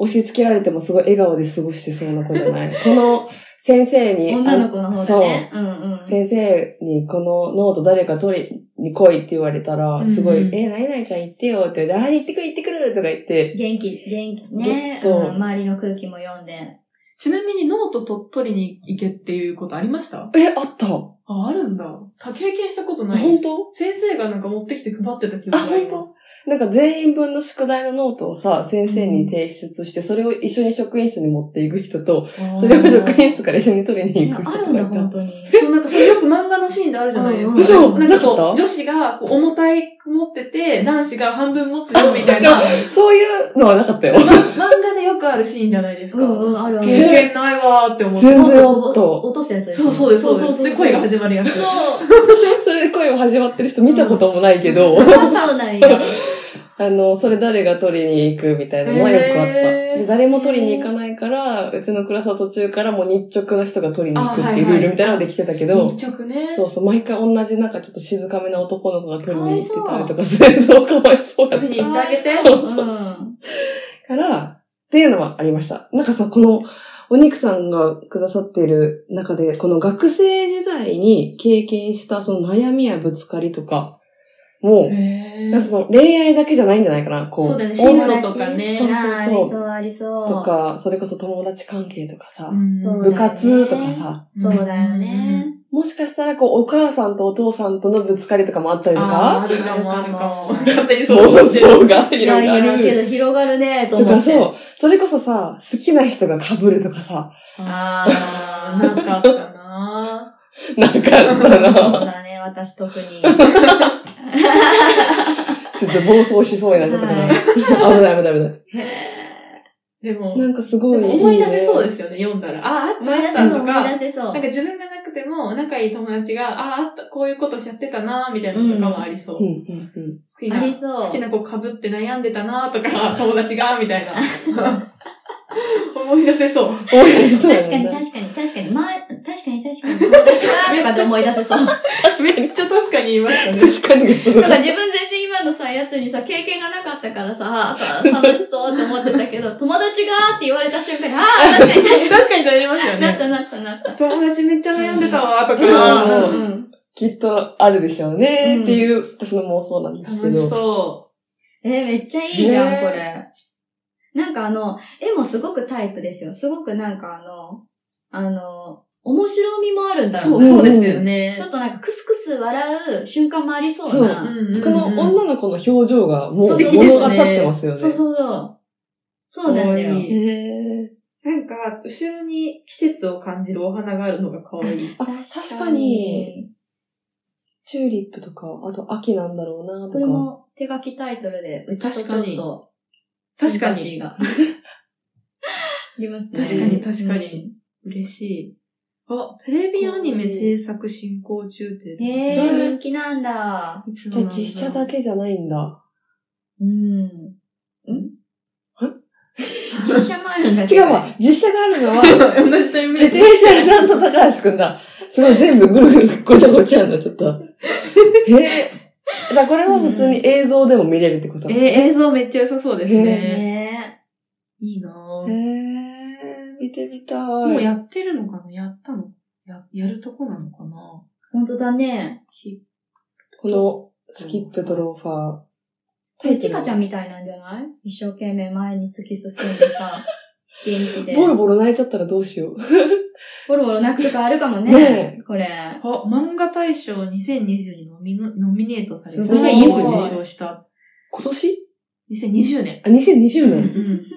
C: 押し付けられてもすごい笑顔で過ごしてそうな子じゃない この先生
B: う。
C: に、
B: 女の子の方だね。うんうん。
C: 先生にこのノート誰か取りに来いって言われた
A: う
C: ら
A: んう、ん
C: すごい、え、なになにちゃん行ってよって言われて、あ、行ってくる行ってくるとか言って、
B: 元気、元気ね。
C: げそう
B: うん周りの空気も読んで。
A: ちなみにノートと取りに行けっていうことありました
C: え、あった本
A: あ、あるんだ。た経験したことない。
C: 当
A: 先生がなんか持ってきて配ってた記憶
C: あ、
A: があり
C: 本
A: ます。
C: 当なんか全員分の宿題のノートをさ、先生に提出して、それを一緒に職員室に持っていく人と、それを職員室から一緒に取り
B: い
C: に
B: や
C: 行く
B: あ
C: 人
B: る
C: と
B: ん
C: か
B: だ、
C: いた。
B: 本当に。
A: そう、なんかそれよく漫画のシーンであるじゃないですか。
C: うんうん
A: なんかこう
C: なかった
A: 女子がこう重たい持ってて、男子が半分持つよみたいな、ま
C: そういうのはなかったよ。
A: 漫画でよくあるシーンじゃないです
B: う
A: か。
B: んうん、あるある。
A: 経験ないわーって思って。
C: 全然あ
B: お
C: っ
B: お
C: た。
B: 落としたやつです
A: そ
B: ね
A: うそうです、そうです。
B: そう
A: で、恋が始まるやつ。
B: そう。
C: それで声を始まってる人見たこともないけど、
B: あそうなんや。
C: あの、それ誰が取りに行くみたいなのはよくあった。
A: へー
C: で誰も取りに行かないから、うちのクラスは途中からもう日直な人が取りに行くって
A: あはいいうはい
C: ルールみたいなのができてたけど、
A: 密着ね。
C: そうそう、毎回同じなんかちょっと静かめな男の子が取りに行ってたりとか、そうかわいそうだっ
A: 見に行ってあげて。
C: そうそ
B: ん。
C: たから、っていうのはありました。なんかさ、この、お肉さんがくださっている中で、この学生時代に経験したその悩みやぶつかりとか、もう、
A: へ
C: だからその恋愛だけじゃないんじゃないかな。こう、
A: そうだよね
C: 女
A: 進路とかね
B: そうそう
C: そう
B: そう。ありそう、ありそう。
C: とか、それこそ友達関係とかさ、
B: そうだよね
C: 部活とかさ、
B: そうだよね。
C: もしかしたらこう、お母さんとお父さんとのぶつかりとかもあったりと
A: あー
C: か、
A: あるかもあるかも。
B: あるかも
A: 勝手に
C: 妄
A: 想像してる。
C: 想が
B: い
C: 広
B: やい
C: が
B: や、け
C: る。
B: ど広がるね、と
C: と
B: 思
C: か
B: って。
C: そう。それこそさ、好きな人が被るとかさ、
A: あー、なんかあったな
C: なかった
B: そう
C: な。
B: だね、私特に。
C: ちょっと暴走しそうになっちゃったから、
B: はい
C: 危ない危ない危ない。
A: でも、
C: なんかすご
A: で
C: いいい、
A: も
C: ね。
A: 思い出せそうですよね、読んだら。あー、あ
B: 思い
A: っ
B: 出せ
A: た
B: そう、
A: と
B: 思
A: か
B: い。出せそう
A: なん。か自分がなくても、仲いい友達が、ああ、あった、こういうことしちゃってたな、みたいなのとかはありそう。
C: うん
A: 好
C: うんうん。
A: き
B: あ
A: な、
B: りそう。
A: 好きな子被って悩んでたな、とか、友達が、みたいな。思い出せそう。
C: 思い出せそうだ
B: 確
C: よ
B: かに
C: ね。
B: 確かに確かに、まあ、確かに確かに、友達がとかで思い出せそう。なんか
A: めっちゃ確かに言いましたね。
C: 確かに。すごい。
B: 自分全然今のさ、やつにさ、経験がなかったからさ、楽しそうって思ってた けど、友達がーって言われた瞬間に、ああ、確かに確
A: 確かに悩りましたよ
B: かになっ
A: ね。
B: たなったなった。
A: 友達めっちゃ悩んでたわ、と
C: うん
A: か。
B: うんうん。
C: きっとあるでしょう
B: うん
C: ね、っていう、私の妄想なんですけ
A: 楽し
C: ど。
A: そ
B: えーめっちゃいいじゃん、
C: ね
B: これ。なんかあの、絵もすごくタイプですよ。すごくなんかあの、あの、面白みもあるん
A: う。
B: だろ
A: そうう、
B: な。
A: そうですよね
B: ちょ。っとなんかクスクス笑う瞬間もありそうな。
A: こ
C: そこの女の子の表情がもう
B: 素
C: 物
B: 敵ですね
C: 語ってますよね。
B: そうそうそう。そうなんだよ。
A: 可愛い
C: へー
A: なんか、後ろに季節を感じるお花があるのが可愛い。
C: あ、確かに、。チューリップとか、あと秋なんだろうなとか。
B: これも手書きタイトルで、うちとちょっと、
A: 確かに
B: シンパシーが。ありますね。
A: 確かに確かに嬉しい。あ、テレビアニメ制作進行中って。
B: うん。へ
C: ど
B: え
C: れ
B: ー、人気なんだ。
A: いつ
C: じゃあ
A: の
C: 実写だけじゃないんだ。
B: うん。ん実写もあるんだ
C: 違うわ、実写があるのは、
A: 同じタイミング
C: 自転車屋さんと高橋くんだ。すごい全部ぐるぐるごちゃごちゃになっちゃった。えー、じゃあこれは普通に映像でも見れるってこと
A: えー、映像めっちゃ良さそうですね。
B: ね
A: いいなぁ
C: えー、見てみたい。
A: もうやってるのかなやったのや、やるとこなのかな
B: 本当だね。
A: ひ
C: この、スキップとローファー。
B: これちかちゃんみたいなんじゃない一生懸命前に突き進んでさ、元気で。
C: ボロボロ泣いちゃったらどうしよう。
B: ボロボロ泣くとかあるかもね。
C: ね
B: これ。
A: あ、漫画大賞2020にノミノノミネートされて、
B: すご
C: い
A: 2020受賞した。
C: 今年
A: 2020年。
C: あ、2020年。
A: うん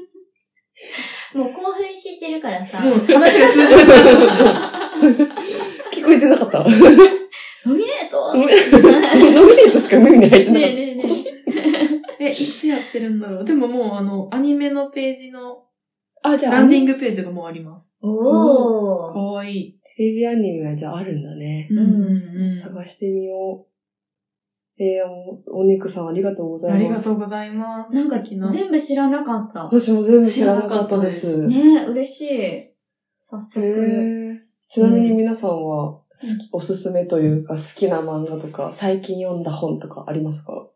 B: もう興奮してるからさ、
A: もう話が通じなくなった。
C: 聞こえてなかった。ノ
B: ノミネート
C: ミ
B: ね
C: ネートしか耳に入
B: え
C: ってなかっ
B: ねえね
C: 今
A: え、いつやってるんだろうでももうあの、アニメのページの、
C: た。あ、じゃあ、
A: ランディ
C: テ
A: ングページがもうあります。
B: え。お
A: か
B: ー。
A: わいい。
C: レビアニメはじゃああるんだね。
A: うんん
C: 探してみよう。えー、お、お肉さんありがとうござい
A: あ
C: ます。
A: りがとうございます。
B: なんか
A: 素敵な
B: 全部知らなかった。
C: 私も全部知らなかったです。
B: ねえ、嬉しい。早
C: へ
B: 速。
C: ーちなみに皆さんは、好き、おすすめというか、好きな漫画とか、最近読んだ本とかありますか
A: 好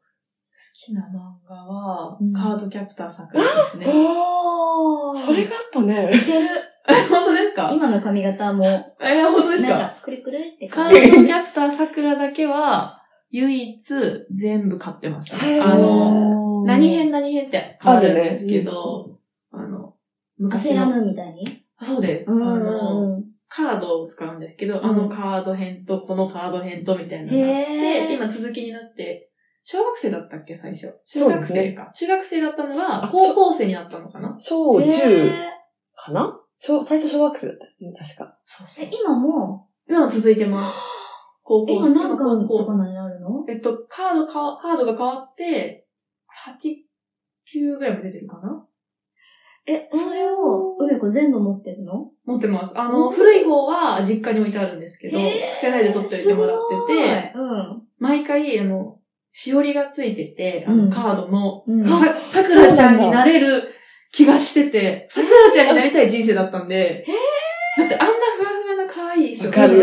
A: きな漫画は、
B: うん
A: カードキャプター桜ですね。
B: おー。
C: それがあったね。
B: いける。
A: 本当ですか
B: 今の髪型も、
A: え、本当です
B: な
A: か
B: んか、くるくるって
A: カ
B: 感
A: ー
B: じ
A: ド。キャプター桜だけは、唯一全部買ってました。あの、
C: の
A: 何編何編ってあるんですけど、あの、昔
B: 焦ら
A: の、
B: ぬみたいに。
A: あそうです。あの、カードを使うんですけど、
B: ん
A: あのカード編とこのカード編とみたいなのがあって、
B: へぇー。
A: 今続きになって、小学生だったっけ最初。中
C: そうで
A: 学
C: す
A: 生
C: ね
A: か。中学生だったのが
C: あ
A: 高校生になったのかな
C: 小
B: へ
C: 中
B: ー
C: かな小、最初小学生だったよね。確か。
A: そうそ
B: え、今も
A: 今も続いてます。高
B: う、
A: 校
B: 今
A: 生。
B: 何巻
A: 高
B: と
A: 校
B: かになるの
A: えっと、カードかわ、カードが変わって、8、9ぐらいまで出てるかな
B: え、それを、梅子全部持ってるの
A: 持ってます。あ
B: う
A: の、
B: ん
A: 古い方は実家に置いてあるんですけど、
B: へー
A: 捨てないで取っておいてもらってて、
B: すごいうん。
A: 毎回、あの、しおりがついてて、あ
B: うん
A: の、カードの、
B: うん
A: さ、さくらちゃんになれる気がしてて、さくらちゃんになりたい人生だったんで、だってあんなふわふわな可愛い衣装
C: わかる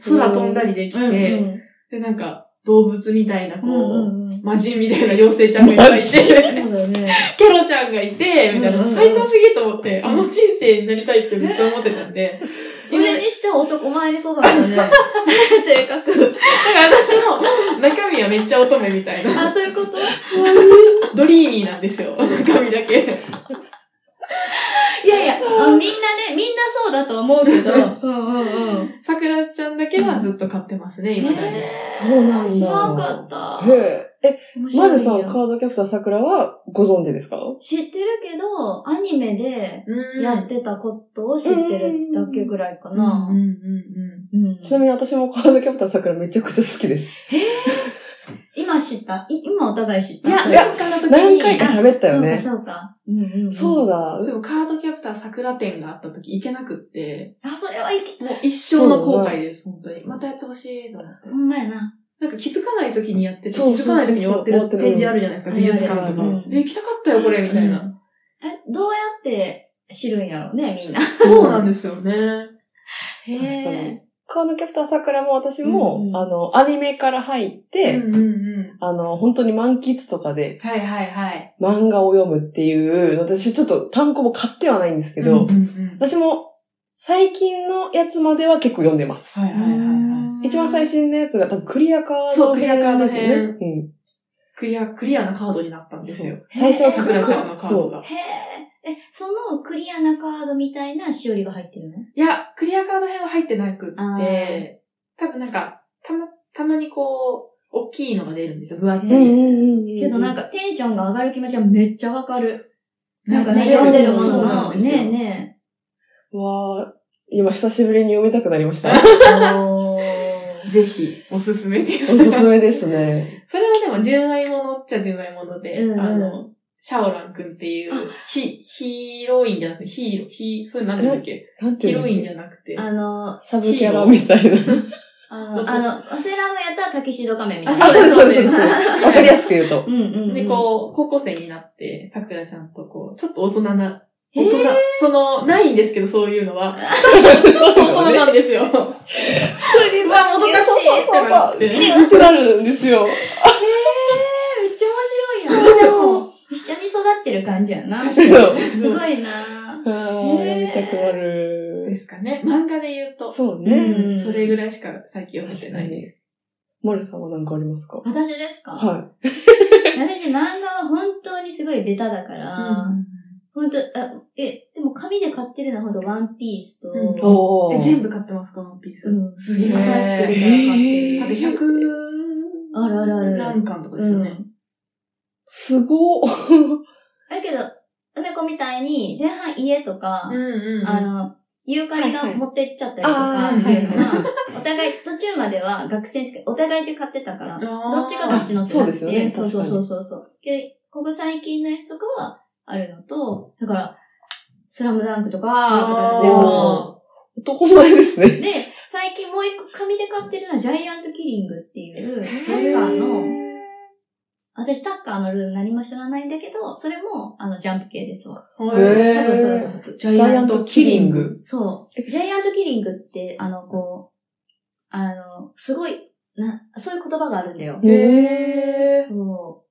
A: 着て、
C: よ
A: 空飛んだりでき
B: うん
A: て、で、なんか、動物みたいな、こう、
B: うん うん。
A: 魔人みたいな妖精ちゃんがいっぱいいて、
B: そうだよね。
A: ケロちゃんがいて、みたい
B: うん
A: な、
B: うんうん
A: 最高すぎと思って、あの人生になりたいってめっちゃ思ってたんで、
B: それにしては男前に育った ね。性格。
A: だから私の中身はめっちゃ乙女みたいな、
B: あ、そういうこと
A: ドリーミーなんですよ、中身だけ。
B: いやいや、あみんなね、みんなそうだと思うけど。うんうんうん。
A: 桜ちゃんだけはずっと買ってますね、今だに。
C: そうなんだ。
B: 知らなかった。
C: へえ。え、
B: 面白
C: ま
B: いよ
C: るさん、カードキャプター桜はご存知ですか
B: 知ってるけど、アニメで
A: うん
B: やってたことを知ってるだけぐらいか
A: うんうん
B: な。
A: うん
B: うん
C: ちなみに私もカードキャプター桜めちゃくちゃ好 きです。
B: 今知ったい今お互い知っ
A: うん。
B: た
A: いや、
C: いや
A: なんかの時に、
C: 何回か喋ったよね。
B: そうか、そうか。うんうんうん
C: そうだ。
A: でもカードキャプター桜店があった時行けなくって、
B: あ、それはいけ、
A: もう一生の後悔です、本当に。またやってほしいと思って
B: ほ。んまやな。
A: なんか気づかない時にやってて、気
C: そう
A: づ
C: そ
A: か
C: う
A: な
C: そう
A: い時に終わってる展示あるじゃないですか、
B: 終
A: 美
B: わって
A: 術
B: る
A: 館とか
C: うんうん。
A: え、行きたかったよ、これ、みたいな。
B: え、どうやって知るんやろうね、みんな。
A: そうなんですよね。
B: へ
C: 確かに
B: え。。
C: カードキャプター桜も私も、
B: うんうん
C: あの、アニメから入っ
A: うん
C: て、
A: うんうん。
C: あの、本当に満喫とかで
A: はいはいはい。
C: 漫画を読むっていうので、私ちょっと単行も買ってはないんですけ
A: け
C: ど、
A: うんうん
C: 私も最近のやつまでは結構読んでます。
A: はいはいはいはい。
C: 一番最
B: 初。
C: 新のやつが多分クリアカード
A: そうクリアカード
C: ですよね。
A: 編
C: うん。
A: クリア、クリアなカードになったんです
C: そ
A: よ
C: う。最初は
B: そう
A: 桜ちゃんのカー
C: そ
A: ド
C: う。
A: が。
B: へえ。え、そのクリアなカードみたいなしおりが入ってるの
A: いや、クリアカード編は入ってなく
B: あ
A: って、多分なんか、たま、たまにこう、大きいのが出るんですよ、分厚
C: うんう
A: い。
C: んうんうん
B: けどなんかテンションが上がる気持ちはめっちゃわかる。なんかね、
C: ね
B: 読んでるもの
A: そうな
B: の、
A: んです
B: ね
A: よ
B: えね
C: わあ、今久しぶりに読みたくなりま した。
B: え。おー
A: ぜひ、おすすめで
C: お
A: す。
C: すすめですね。
A: それはでも、純愛ものっちゃ純愛もので、
B: うんうん
A: あの、シャオランくんっていう、ヒ、ヒーロインじゃなくて、ヒーロ、ヒー、それ何でしたっけ
C: なんて
A: ヒ
C: いうの
A: ロインじゃなくて。
B: あの、
C: サブキャラみたいな。
B: あの、あの、ワセラムやったらタキシード仮面みたいな。
C: あ、そうです、そうです、そう
A: そう
C: で。
A: です
C: わかりやすく言うと。
B: うんうんうん。
A: で、こう、高校生になって、桜ちゃんとこう、ちょっと大人な、
B: へー
A: 大人、その、ないんですけど、そういうのは。
C: そう
A: 大人なんですよ。
C: うわ、もど
B: かしい
C: そうそうそう。
A: ってなって
C: キュンってなるんです
B: え
C: よ。
B: ーめっちゃ面白いやん。でも、一緒に育ってる感じやな。す
C: そう。
B: ごいな
C: あー
B: ね
C: 読みたくな
A: で
C: る。
A: すかね。漫画で言うと。
C: そう
B: う
C: ね。
B: ん
A: それぐらいしか最近読めてないです。
C: マルさんは何かありますか
B: 私ですか、
C: は
B: 私漫画は本当にすごいベタだから、本当あ、え、でも紙で買ってるのはほんとワンピースと、
A: うん
C: い。お
A: え
C: ー。
A: 全部買ってますか、ワンピース。
B: うん
A: すげえ。
B: 新しく出たら
A: だって
B: 買ってる。
A: 100
B: あるあるある
A: 何巻とかですよね。
C: すごっ。
B: だけど、梅子みたいに前半家とか、
A: ん
B: あの、誘拐
C: はいは
B: が
C: い
B: 持ってっちゃったりと
C: あ
B: か
C: ー
B: っていうのは、
A: は
B: お互い、途中までは学生の時、お互いで買ってたから、
A: ー
B: どっちがどっちのって
C: そう
B: なくて
C: ですよね
B: そうそう
C: 確か
B: そう
C: に
B: そうそう。で、ここ最近のやつとかはあるのと、だから、スラムダンクとか、とか全部。
A: あ
C: 男前ですね。
B: で、最近もう一個紙で買ってるのはジャイアントキリングっていう、サ
A: へ
B: ッ
A: ー
B: カーの、私サッカーのルール何も知らないんだけど、それも、あの、ジャンプ系ですわ。
A: ー
C: へ
B: 多
C: ー
B: 分そうだと思います
A: ジ
C: ジャイアントキリング。
B: そう。ジャイアントキリングって、あの、こう、あの、すごい、な、そういう言葉があるんだよ。
A: へー。
B: そ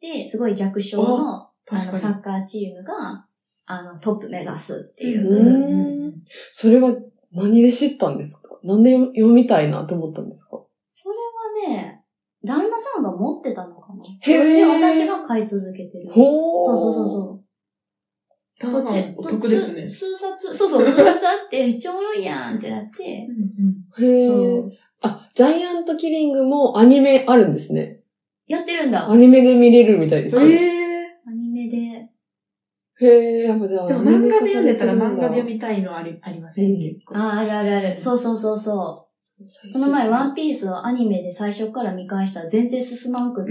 B: う。で、すごい弱小の、あの、
A: 確
B: サ
A: か
B: ッカーチームが、あの、トップ目指すっていうう。
C: う
A: うん
C: ん。それは何で知ったんですか何で読みたいなと思ったんですか
B: それはね、旦那さんが持ってたのかな。
C: へー
B: で、私が買い続けてる。そう
C: ほー。
B: そうそうそう。
A: に。
B: 途中
A: お得ですね
B: 数。数冊、そうそう、数冊あって、 めっちゃおもろいやんってなって。
C: う。へ
B: そ
C: ー。
B: う。
C: あ、ジャイアントキリングもアニメあるんですね。
B: やってるんだ。
C: ア
B: ア
C: ニメで見れるみたいですよ。
A: へー。
B: ニメで。
C: へえ、やっぱじゃあ、
A: でも漫画で読んでたら
C: アニメ
A: 漫
C: 化
A: 画
C: さ
A: で読
C: れてるんだ
A: みたいのありありません、
C: うん
A: 結構。
B: ああ、あるあるある。そうそうそうそう。この前、ワンピースをアニメで最初から見返したら全然進まんくって。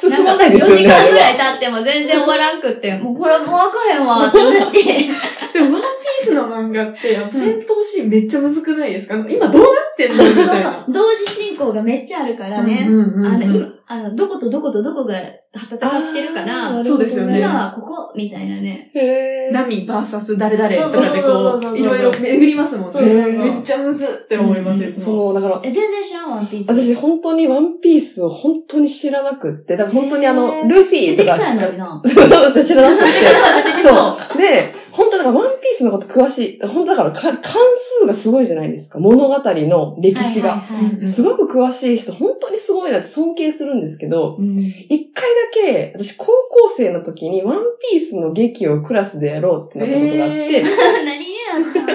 C: 進まないです
B: んか
C: よ
B: 4時
C: ね。
B: 間ぐら
C: い。
B: い経っても全然終わらんくって、もうこれもうあかへんわってなって、
A: でも、ワンピースの漫画って、あの戦闘シーンめっちゃむずくないですかあの今どうなってんのみ
B: そう
A: たいな
B: そ。う、同時進行がめっちゃあるからね。
A: うんうんうんうん
B: あの、今、あの、どことどことどこが戦ってるから、
C: あー
A: そうですよね
B: 今はここ、みたいなね。
C: へ
A: ラミバーサス誰々とかで
B: そうそうそ
A: こ、
B: うそうそうう
A: いろいろ巡りますもんね。
B: そうそうそう
A: めっちゃむずって思いますよ、いつも
C: そう、だから、
B: え、全然知らん、ワンピース。
C: 私本当にワンピースを本当に知らなくって、だから本当にあ
B: へ
C: の、
B: ー
C: ルフィ
B: 出て
C: と
B: き
C: か
B: そうや
C: し
B: な
C: か
B: みな。
C: そう、知らなく て。そう。で、本当だからワンピースのこと詳しい。本当だからか関数がすごいじゃないですか。物語の歴史が。
B: はいはいはい
C: すごく詳しい人、本当にすごいなって尊敬するんですけど、
B: うん
C: 一回だけ、私高校生の時にワンピースの劇をクラスでやろうってなったことがあって、
B: 何やっ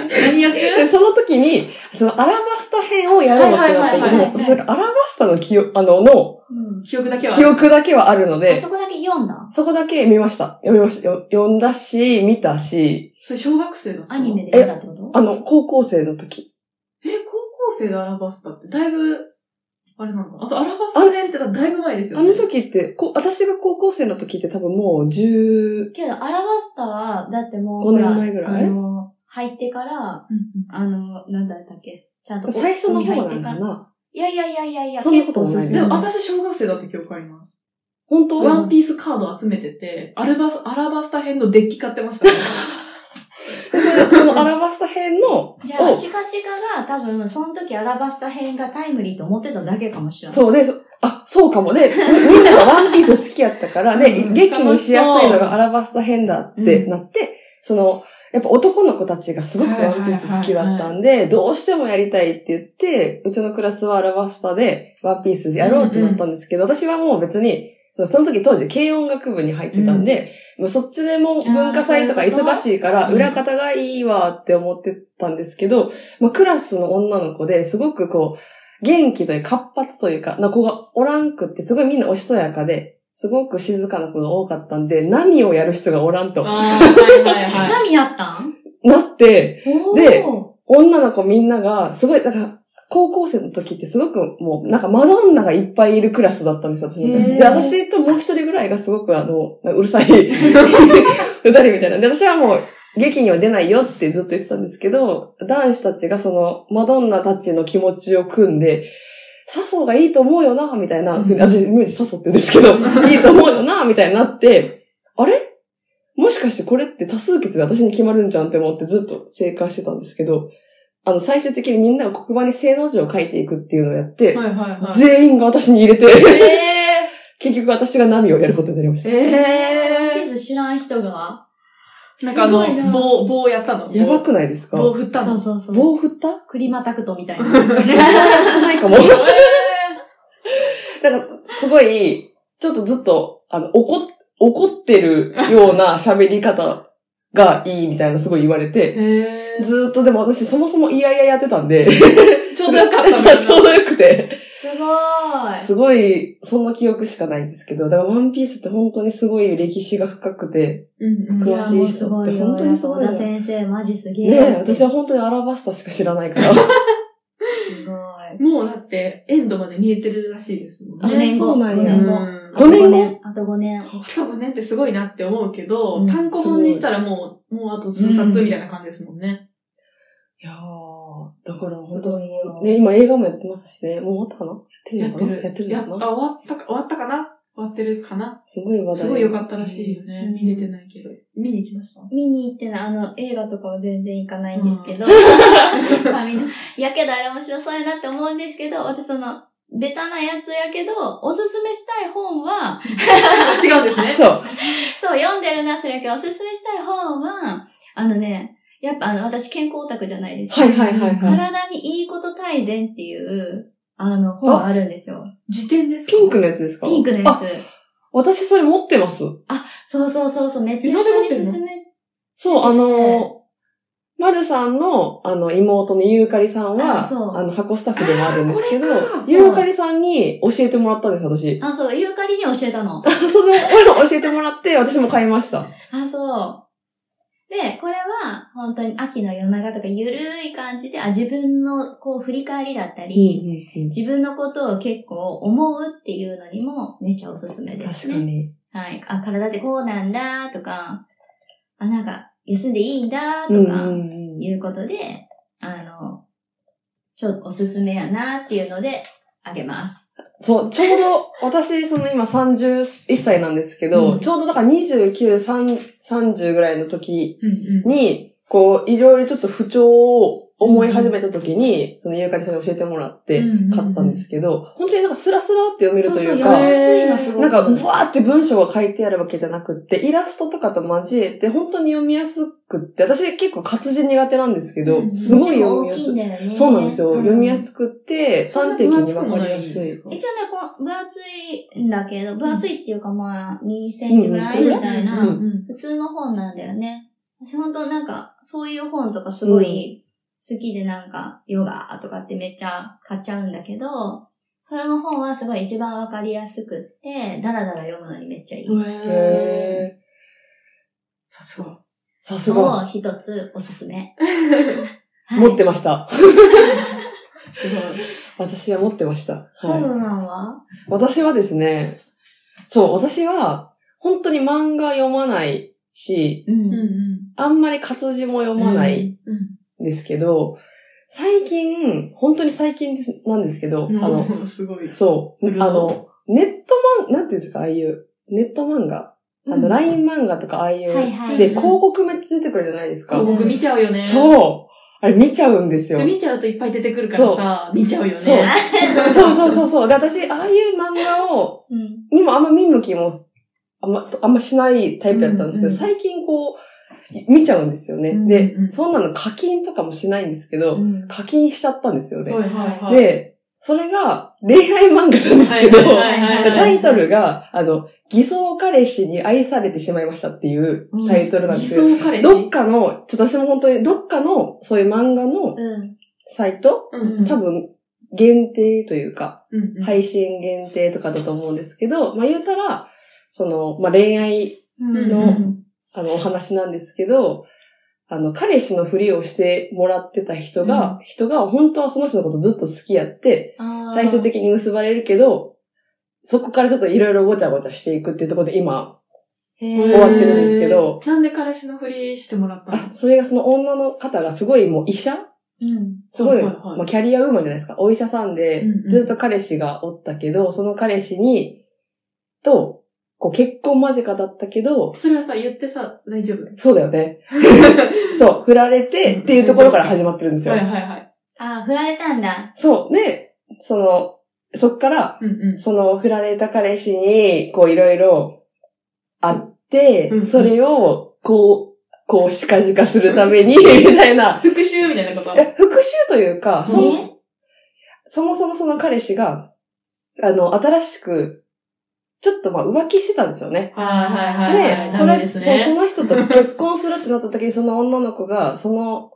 B: た
A: 何役
C: で、その時に、そのアラバスタ編をやろうってなったん
A: は
C: で
A: いはいはい
B: はい
C: もう、私なんかアラバスタの記憶、あの、の
B: うん
A: 記憶だけはあ
C: 記
A: る。
C: 憶だけはあるの
B: あ
C: で、
B: そこだけ読んだ
C: そこだけ見ました。読みました。よ読んだし、見たし、
A: それ小学生だった
B: アニメで読んだってこと
C: あの、高校生の時。
A: え、高校生でアラバスタって、だいぶ、あれなのあと、アラバスタ編ってだいぶ前ですよ
C: あ
A: ね。
C: の時って、こ私が高校生の時って多分もう15
B: けど、アラバスタは、だってもう、
C: 年前ぐら
B: あ
C: い
B: の、入ってか
A: う
B: ら、
A: んうん
B: あの、なんだったっけちゃんと。
C: 最初の方
B: 入
C: な
B: って
C: の
B: か。
C: からない
B: やいやいやいやいや、
C: そんなことも
B: 結構進
C: ないす
A: で
B: む
A: も、私、小学生だって記憶あります。
C: 本当
A: ワンピースカード集めてて、アルバス、アラバスタ編のデッキ買ってましたね。
C: このアラバスタ編の、
B: じゃあ、
C: お
B: チカチカが多分、その時アラバスタ編がタイムリーと思ってただけかもしれない。
C: そうで、そあ、そうかも。で、みみんながワンピース好きやったから、で、
A: うん
C: 劇にしやすいのがアラバスタ編だって
A: うん
C: なって、その、やっぱ男の子たちがすごくワンピース好きだったんで、どうしてもやりたいって言って、うちのクラスはアラバスタでワンピースやろうってなったんですけど、私はもう別に、そのその時当時軽音楽部に入ってたんで、もうそっちでもう文化祭とか
B: あーそういうこと
C: 忙しいから、
A: うん
C: 裏方がいいわって思ってたんですけど、まあ、クラスの女の子ですごくこう、元気というか活発というか、な子がおらんくって、すごいみんなおしとやかで、すごく静かな子が多かったんで、波をやる人がおらんと
A: あー、はいはいはい。
B: 何やったん
C: なって、
B: おー
C: で女の子みんなが、すごい、なんか、高校生の時ってすごくもう、なんかマドンナがいっぱいいるクラスだったんですよ、私のクラ
B: へ
C: ス。
B: ー
C: で、私ともう一人ぐらいがすごくあの、うるさい、二人みたいな。で、私はもう、劇には出ないよってずっと言ってたんですけど、男子たちがその、マドンナたちの気持ちを組んで、笹生がいいと思うよな、みたいな、
A: うん
C: ふうに私、名字笹生って言うんですけど、いいと思うよな、みたいになって、あれもしかしてこれって多数決で私に決まるんじゃんって思ってずっと正解してたんですけど、あの、最終的にみんなが黒板に正の字を書いていくっていうのをやって、
A: はいはい はい。
C: 全員が私に入れて、
A: え
C: 結局私が波をやることになりまし
A: ー、
C: た。
B: ワンピ
A: え
B: ース知らん人が
A: ー、なんかあの
B: すごい、な
A: 棒、棒やったの
C: やばくないですか
A: 棒振った
B: そ
A: の
B: うそうそう。
C: 棒振った
B: クリマタクトみたいな。
C: そんなやってないかも。なんか、すごい、ちょっとずっと、あの、怒っ、怒ってるような喋り方がいいみたいなすごい言われて、
A: えー、
C: ずーっとでも私そもそもいやいややってたんで、
A: ちょうどよかったんだ
C: そう
A: な
C: ちょうどよくて、
B: すごーい。
C: すごい、そんな記憶しかないんですけど、だからワンピースって本当にすごい歴史が深くて、
A: うんうん
C: 詳しい人って本当にすごい
B: やもうすごいよやっぱ小田
C: な
B: 先生、マジすげえ。
C: ねえ、私は本当にアラバスタしか知らないから。
B: すごい。
A: もうだって、エンドまで見えてるらしいですもん
B: あ
A: ね。
B: 5年
C: そ
B: 後。
C: うなん
B: 5
C: や
B: 年後。
A: うん
C: 五年後
B: あと5年。
A: そうかねってすごいなって思うけど、
B: うん
A: 単行本にしたらもう、もうあと数冊みたいな感じですもんね。
C: いやー、だから本当に、
B: すごいよ
C: ね、今映画もやってますしね、もう終わったかなやってる
A: や
C: の
A: って
C: かな
A: る。
C: やってる
A: や
C: の
A: あ、
C: か
A: 終
C: な
A: わったか、終わったかな終わってるかな
C: すごい話題。
A: すごい良かったらしいよね。
B: うん
A: 見れてないけど。見に行きま した
B: 見に行ってない、あの、映画とかは全然行かないんですけど、 まあみんな、やけどあれ面白そうやなって思うんですけど、私その、ベタなやつやけど、おすすめしたい本は、
A: 違うんですね。
C: そう。
B: そう、読んでるな、それやけど、おすすめしたい本は、あのね、やっぱあの、私健康オタクじゃないですか。
C: はいはいはいはい。
B: 体にいいこと大全っていう、あの、本があるんですよ。
A: 辞典ですか
C: ピンクのやつですか
B: ピンクのや
C: あ、
B: つ。
C: 私それ持ってます。
B: そうそうそう、そうめっちゃ
A: えなん
B: 人
A: で
B: に
A: 持ってんの
B: 勧め
C: そう、あ
B: ね
C: の、まるさんの、あの、妹のゆうかりさんは
B: あそう、
C: あの、箱スタッフでもあるんですけど
A: あーこれか、
C: ゆうかりさんに教えてもらったんです、私。
B: あ、そう、ユーカリに教えたの。
C: その、俺の教えてもらって、私も買いました。
B: あ、そう。で、これは、本当に秋の夜長とか、ゆるい感じで、あ、自分の、こう、振り返りだったり、自分のことを結構思うっていうのにも、めちゃおすすめです
C: 確
B: ね。
C: かに。
B: はい。あ、体ってこうなんだ、とか、あ、なんか、休んでいいんだ
C: う
B: と
C: んう
B: か、
C: んうん
B: いうことで、あの、ちょ、おすすめやなっていうので、あげます。
C: そう、ちょうど、私、その今31歳なんですけど、
A: うん
C: ちょうどだから29、3 30ぐらいの時
A: うんうん。
C: に、こう、いろいろちょっと不調を思い始めた時に、そのゆうかりさんに教えてもらって
A: うんうんうん
C: 買ったんですけど、本当になんかスラスラって読めるという
B: そうそう
C: か、
B: 読めやすいのすごく
C: なんか、ブワーって文章が書いてあるわけじゃなくって、イラストとかと交えて、本当に読みやすくって、私結構活字苦手なんですけど、
A: うん
C: すごい読み
B: 文
C: や
B: 字
C: す
B: も大きいん
C: い。
B: だよね。
C: そうなんですよ。読みや
B: い。
C: すくって、
A: そんな
C: 端的にわかりやすい。
B: 一応ね、こう分厚いんだけど、分厚いっていうかまあ、2センチぐらいみたい
C: うんうんう、
B: なん普通の本なんだよね。私本当なんか、そういう本とかすごい好きでなんか、ヨガとかってめっちゃ買っちゃうんだけど、それの本はすごい一番わかりやすくって、ダラダラ読むのにめっちゃいい。
A: へー
C: へー
A: さすが。
C: さすが。
B: もう一つおすすめ。
C: 持ってました。
A: すごい。
C: 私は持ってました。
B: コ
C: はい。
B: ブマンは
C: 私はですね、そう、私は、本当に漫画読まないし、
B: う
A: うん
B: ん。
C: あんまり活字も読まない
A: うん。
C: んですけど、最近、本当に最近ですなんですけど、
A: うん。
C: あの、
A: の、すごい。
C: そう、
A: なるほど
C: あの、ネット漫、なんていうんですか、ああいう、ネット漫画、あの、LINE 漫画とかああいう、
B: はいはい。
C: で、広告めっちゃ出てくるじゃないですか。
A: 広告見ちゃうよね。う。
C: そうあれ見ちゃうんですよ。
A: 見ちゃうといっぱい出てくるからさ、見ちゃうよね。
C: そう。そうそうそうそう。で、私、ああいう漫画を、
B: うん。
C: にもあんま見向きも、あんま、あんましないタイプだったんですけど、
A: うんうん
C: 最近こう、見ちゃうんですよね。
A: うん
C: で
A: う、ん
C: そんなの課金とかもしないんですけ
B: う
C: ど、
B: ん。
C: 課金しちゃったんですよね。
A: はいはいはい。
C: で、それが恋愛漫画なんです
A: は
C: け
A: い
C: ど、
A: はいはいはい、
C: タイトルが、あの、偽装彼氏に愛されてしまいましたっていうタイトルなんで
A: 偽
C: すよ。
A: 装彼氏。
C: どっかの、ちょっと私も本当に、どっかの、そういう漫画の
B: うん。
C: サイト、
A: うんうん
C: 多分、限定というか、
A: うんうん
C: 配信限定とかだと思うんですけど、まあ言うたら、その、まあ恋愛、
B: うん。
C: あの、お話なんですけど、あの、彼氏のふりをしてもらってた人が、人が本当はその人のことずっと好きやって、最終的に結ばれるけど、そこからちょっといろいろごちゃごちゃしていくっていうところで今、
B: に
C: 終わってるんですけど
A: へーなんで彼氏のふりしてもらったの
C: あ、それがその女の方がすごいもう医者
B: うん。
C: すごい、
A: はいはいはい
C: まあ、キャリアウーマンじゃないですか。お医者さんで
A: うんう、ん
C: ずっと彼氏がおったけど、その彼氏に、と、こう結婚間近だったけど、
A: それはさ、言ってさ、大丈夫。
C: そうだよね。そう、振られてっていうところから始まってるんですよ。
A: はいはいはい。
B: あー、振られたんだ。
C: そう。で、その、そっから、
A: うんうん。
C: その振られた彼氏に、こういろいろあって、
A: うん
C: それを、こう、こう、しかじかするために、みたいな。
A: 復讐みたいなこと。
C: いや復讐というか、そも
B: ね
C: そもそもその彼氏が、あの、新しく、ちょっとまあ浮気してたんですよね。
A: はいはいはいは
C: で、
A: い。
C: そ
A: ダメ
C: れ、
A: です
C: そう、
A: ね。
C: その人と結婚するってなった時に、その女の子が、その、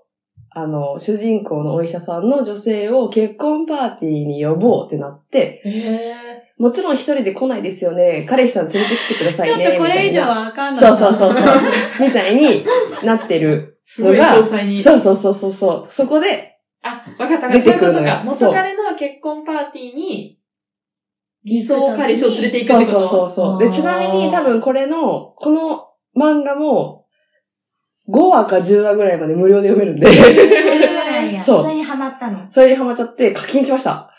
C: あの、主人公のお医者さんの女性を結婚パーティーに呼ぼうってなって、
A: へ
C: もちろん一人で来ないですよね。彼氏さん連れてきてくださ
B: ちょ
C: い
B: っ
C: ね。
B: とこれ以上
C: みたいな
B: はあかんの
C: そうそうそうそう。みたいになってる。
A: ーすごい詳細に。
C: そうそうそうそうそう。そこで、
A: あ、わかったわかった。
C: 出
A: そう
C: て
A: いう
C: く
A: こ
C: るの
A: と
C: よ
A: か。
C: そう
A: 元彼の結婚パーティーに、偽装彼氏を連れて行くって
C: そう
A: こと。
C: そうそうそう。
B: あ
C: で、
B: ー
C: ちなみに多分これの、この漫画も、5話か10話ぐらいまで無料で読めるんで、
B: そう。それにハマったの。
C: それにハマっちゃって課金しました。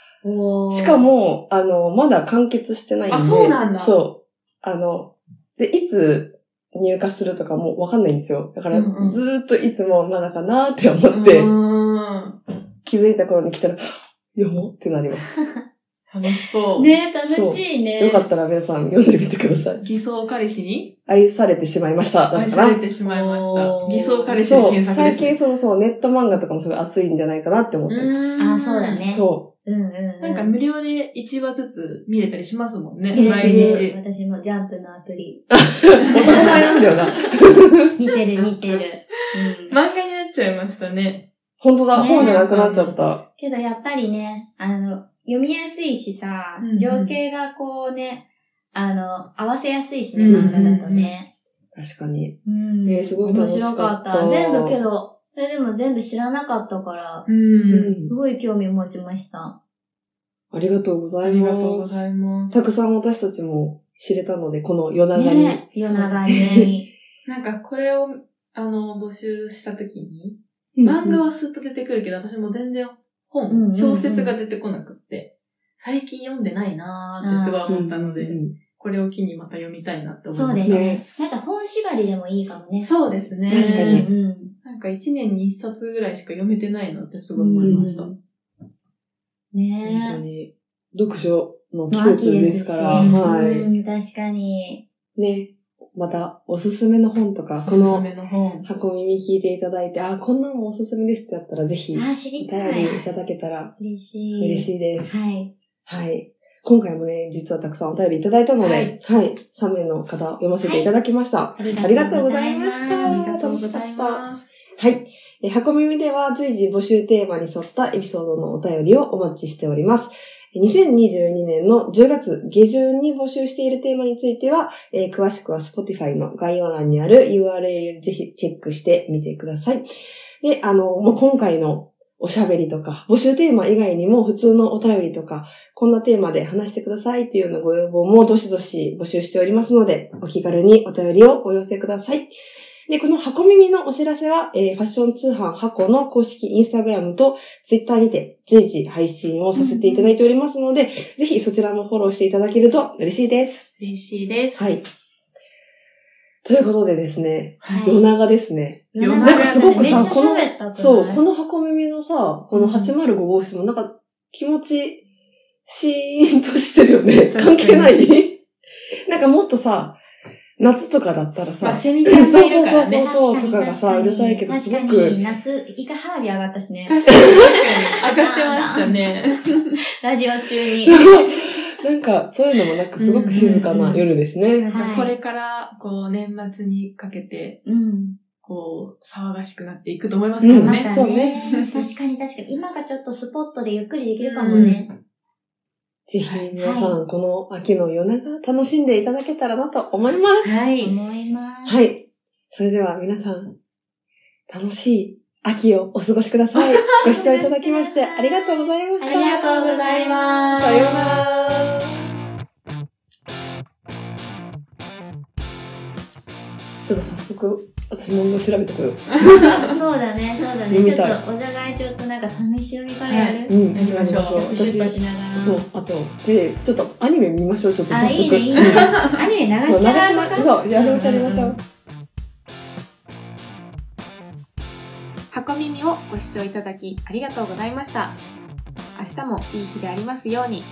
C: しか、も、あの、まだ完結してないんで。
A: あそうなんだ
C: そう。あの、で、いつ入荷するとかもわかんないんですよ。だから、
A: うんうん
C: ずーっといつもまだかなーって思
A: う
C: って、
A: ーん。
C: 気づいた頃に来たら、 読もうってなります。
A: 楽しそう。
B: ね楽しいね。
C: よかったら皆さん読んでみてください。
A: 偽装彼氏に
C: 愛されてしまいました。だ
A: 愛
C: った
A: さ
C: かな
A: れてしまいまし
B: お
A: た。
B: ー
A: 偽装彼氏で
C: そう、
A: 検索で
C: 最
A: す、
C: 近
A: ね。
C: そのそう、ネット漫画とかもすごい熱いんじゃないかなって思ってま
A: うーん
B: あ、そうだ。ね。
C: す。そ
B: うんうん。
A: なんか無料で1話ずつ見れたりしますもんね。
C: そう
A: 毎日。
B: 私もジャンプのアプリ。
C: う。男前なんだ よな。
B: 見てる見てる。うん。
A: 漫画になっちゃいましたね。
C: 本当だ、
B: ね
C: 本じゃなくなっちゃった。
B: けどやっぱりね、あの、読みやすいしさ
A: うんう、ん
B: 情景がこうね、あの、合わせやすいしね、
A: うん
B: 漫画だとね。
C: 確かに。
B: うん
C: えーすごい楽しかっ
B: 面白
C: た
B: かった。全部けど、それでも全部知らなかったから、
A: う。
C: うん
B: すごい興味持ちました。
C: ありがとうござ
A: あ
C: い
A: りがとう
C: ま
A: ご
C: す。
A: ざいます。
C: たくさん私たちも知れたので、この夜長に。
B: ね夜長に。
A: なんかこれを、あの、募集した時に、
E: うん
A: 漫画はスッと出てくるけど、私も全然本、
B: うんうんうん
A: 小説が出てこなくって、最近読んでないなーってすごい思ったので、
C: うん
A: これを機にまた読みたいなって思い
B: そう
A: ま
B: で
A: し
B: すね
C: ね。
B: なんか本縛りでもいいかもね。
A: た。そうですね。
C: 確か
B: う
C: に
B: ん。
A: なんか一年に一冊ぐらいしか読めてないなってすごい思いました。
C: う本当
B: ね
C: に、読書の
B: え。
C: 季節ですから、
B: もう秋
C: は
B: ですし
C: い。
B: うん、確かに。
C: ね、また、おすすめの本とか、こ
A: おすす
C: の
A: めの本。
C: 箱耳聞いていただいて、あ、こんなのおすすめですってやったら、ぜひ、
B: あ、知り
C: お
B: た
C: 便
B: い
C: りい。ただけたら
B: 嬉しい。
C: 嬉しいです。
B: はい。
C: はい。今回もね、実はたくさんお便りいただいたので、
A: は
C: はいい、3名の方読ませていただきました。
B: あり
C: ありがとうございまし
B: あ
C: た。
B: り
A: ありが
B: がとうございま
A: とうございます。
C: はい。えー箱耳では随時募集テーマに沿ったエピソードのお便りをお待ちしております。えー2022年の10月下旬に募集しているテーマについては、えー詳しくは Spotify の概要欄にある URL ぜひチェックしてみてください。で、あの、もう今回のおしゃべりとか、募集テーマ以外にも普通のお便りとか、こんなテーマで話してくださいというようなご要望もどしどし募集しておりますので、お気軽にお便りをお寄せください。で、この箱耳のお知らせは、えーファッション通販箱の公式インスタグラムとツイッターにて随時配信をさせていただいておりますので、ぜひそちらもフォローしていただけると嬉しいです。
A: 嬉しいです。
C: はい。ということでですね、
B: はい
C: 夜長ですね。
A: 夜中
C: なんかすごくさ、
B: めっちゃ
C: この
B: 喋った、く
C: そう、
B: ない
C: この箱耳のさ、この805号室もなんか気持ち、シーンとしてるよね。
A: 確かに
C: 関係ない なんかもっとさ、夏とかだったらさ、
A: まあ、セミちゃんがいるから
C: そう
A: ね。
C: そう
B: 確に
C: とかがさ
B: 確に
C: うるさいけどすごく
B: 確かに、夏、イカ花火上がったしね。
A: 確かに、確かに。上がってましたね。
B: ラジオ中に。
C: なんか、そういうのもなくすごく静かな夜です
A: な
C: ね
A: ん。
B: は
A: か
B: い
A: これから、こう、年末にかけて、
B: うん。
A: こう、騒がしくなっていくと思いますけど
C: うん
B: ま
A: ね。
B: た
C: そう
B: ね
C: ね。
B: 確かに確かに。今がちょっとスポットでゆっくりできるかもね。
C: ぜひ皆さん、この秋の夜長楽しんでいただけたらなと思います。
A: は。
B: 思います。
C: はい。それでは皆さん、楽しい秋をお過ごしください。ご視聴いただきましてありがとうございました。
B: ありがとうございます
C: さようなら。ちょっと早速、私問題調べてこよう。
B: そうだね、そうだね。
C: 見
B: ち
C: た
B: ょ
C: い
B: っとお互いちょっとなんか試し読みからやる、
C: うん
A: やりましょう
B: シュッ
C: 私
B: としながら。
C: そう、あと、テレビ、ちょっとアニメ見ましょう、ちょっと
B: あ、
C: 早
B: いいね、
C: 速。
B: いいね。アニメ流
C: そう
B: し
C: 流
B: な
C: し
B: が
C: ま
B: らとか。
C: そう、やりましょう、やりましょう。
D: 箱耳をご視聴いただきありがとうございました。明日もいい日でありますように。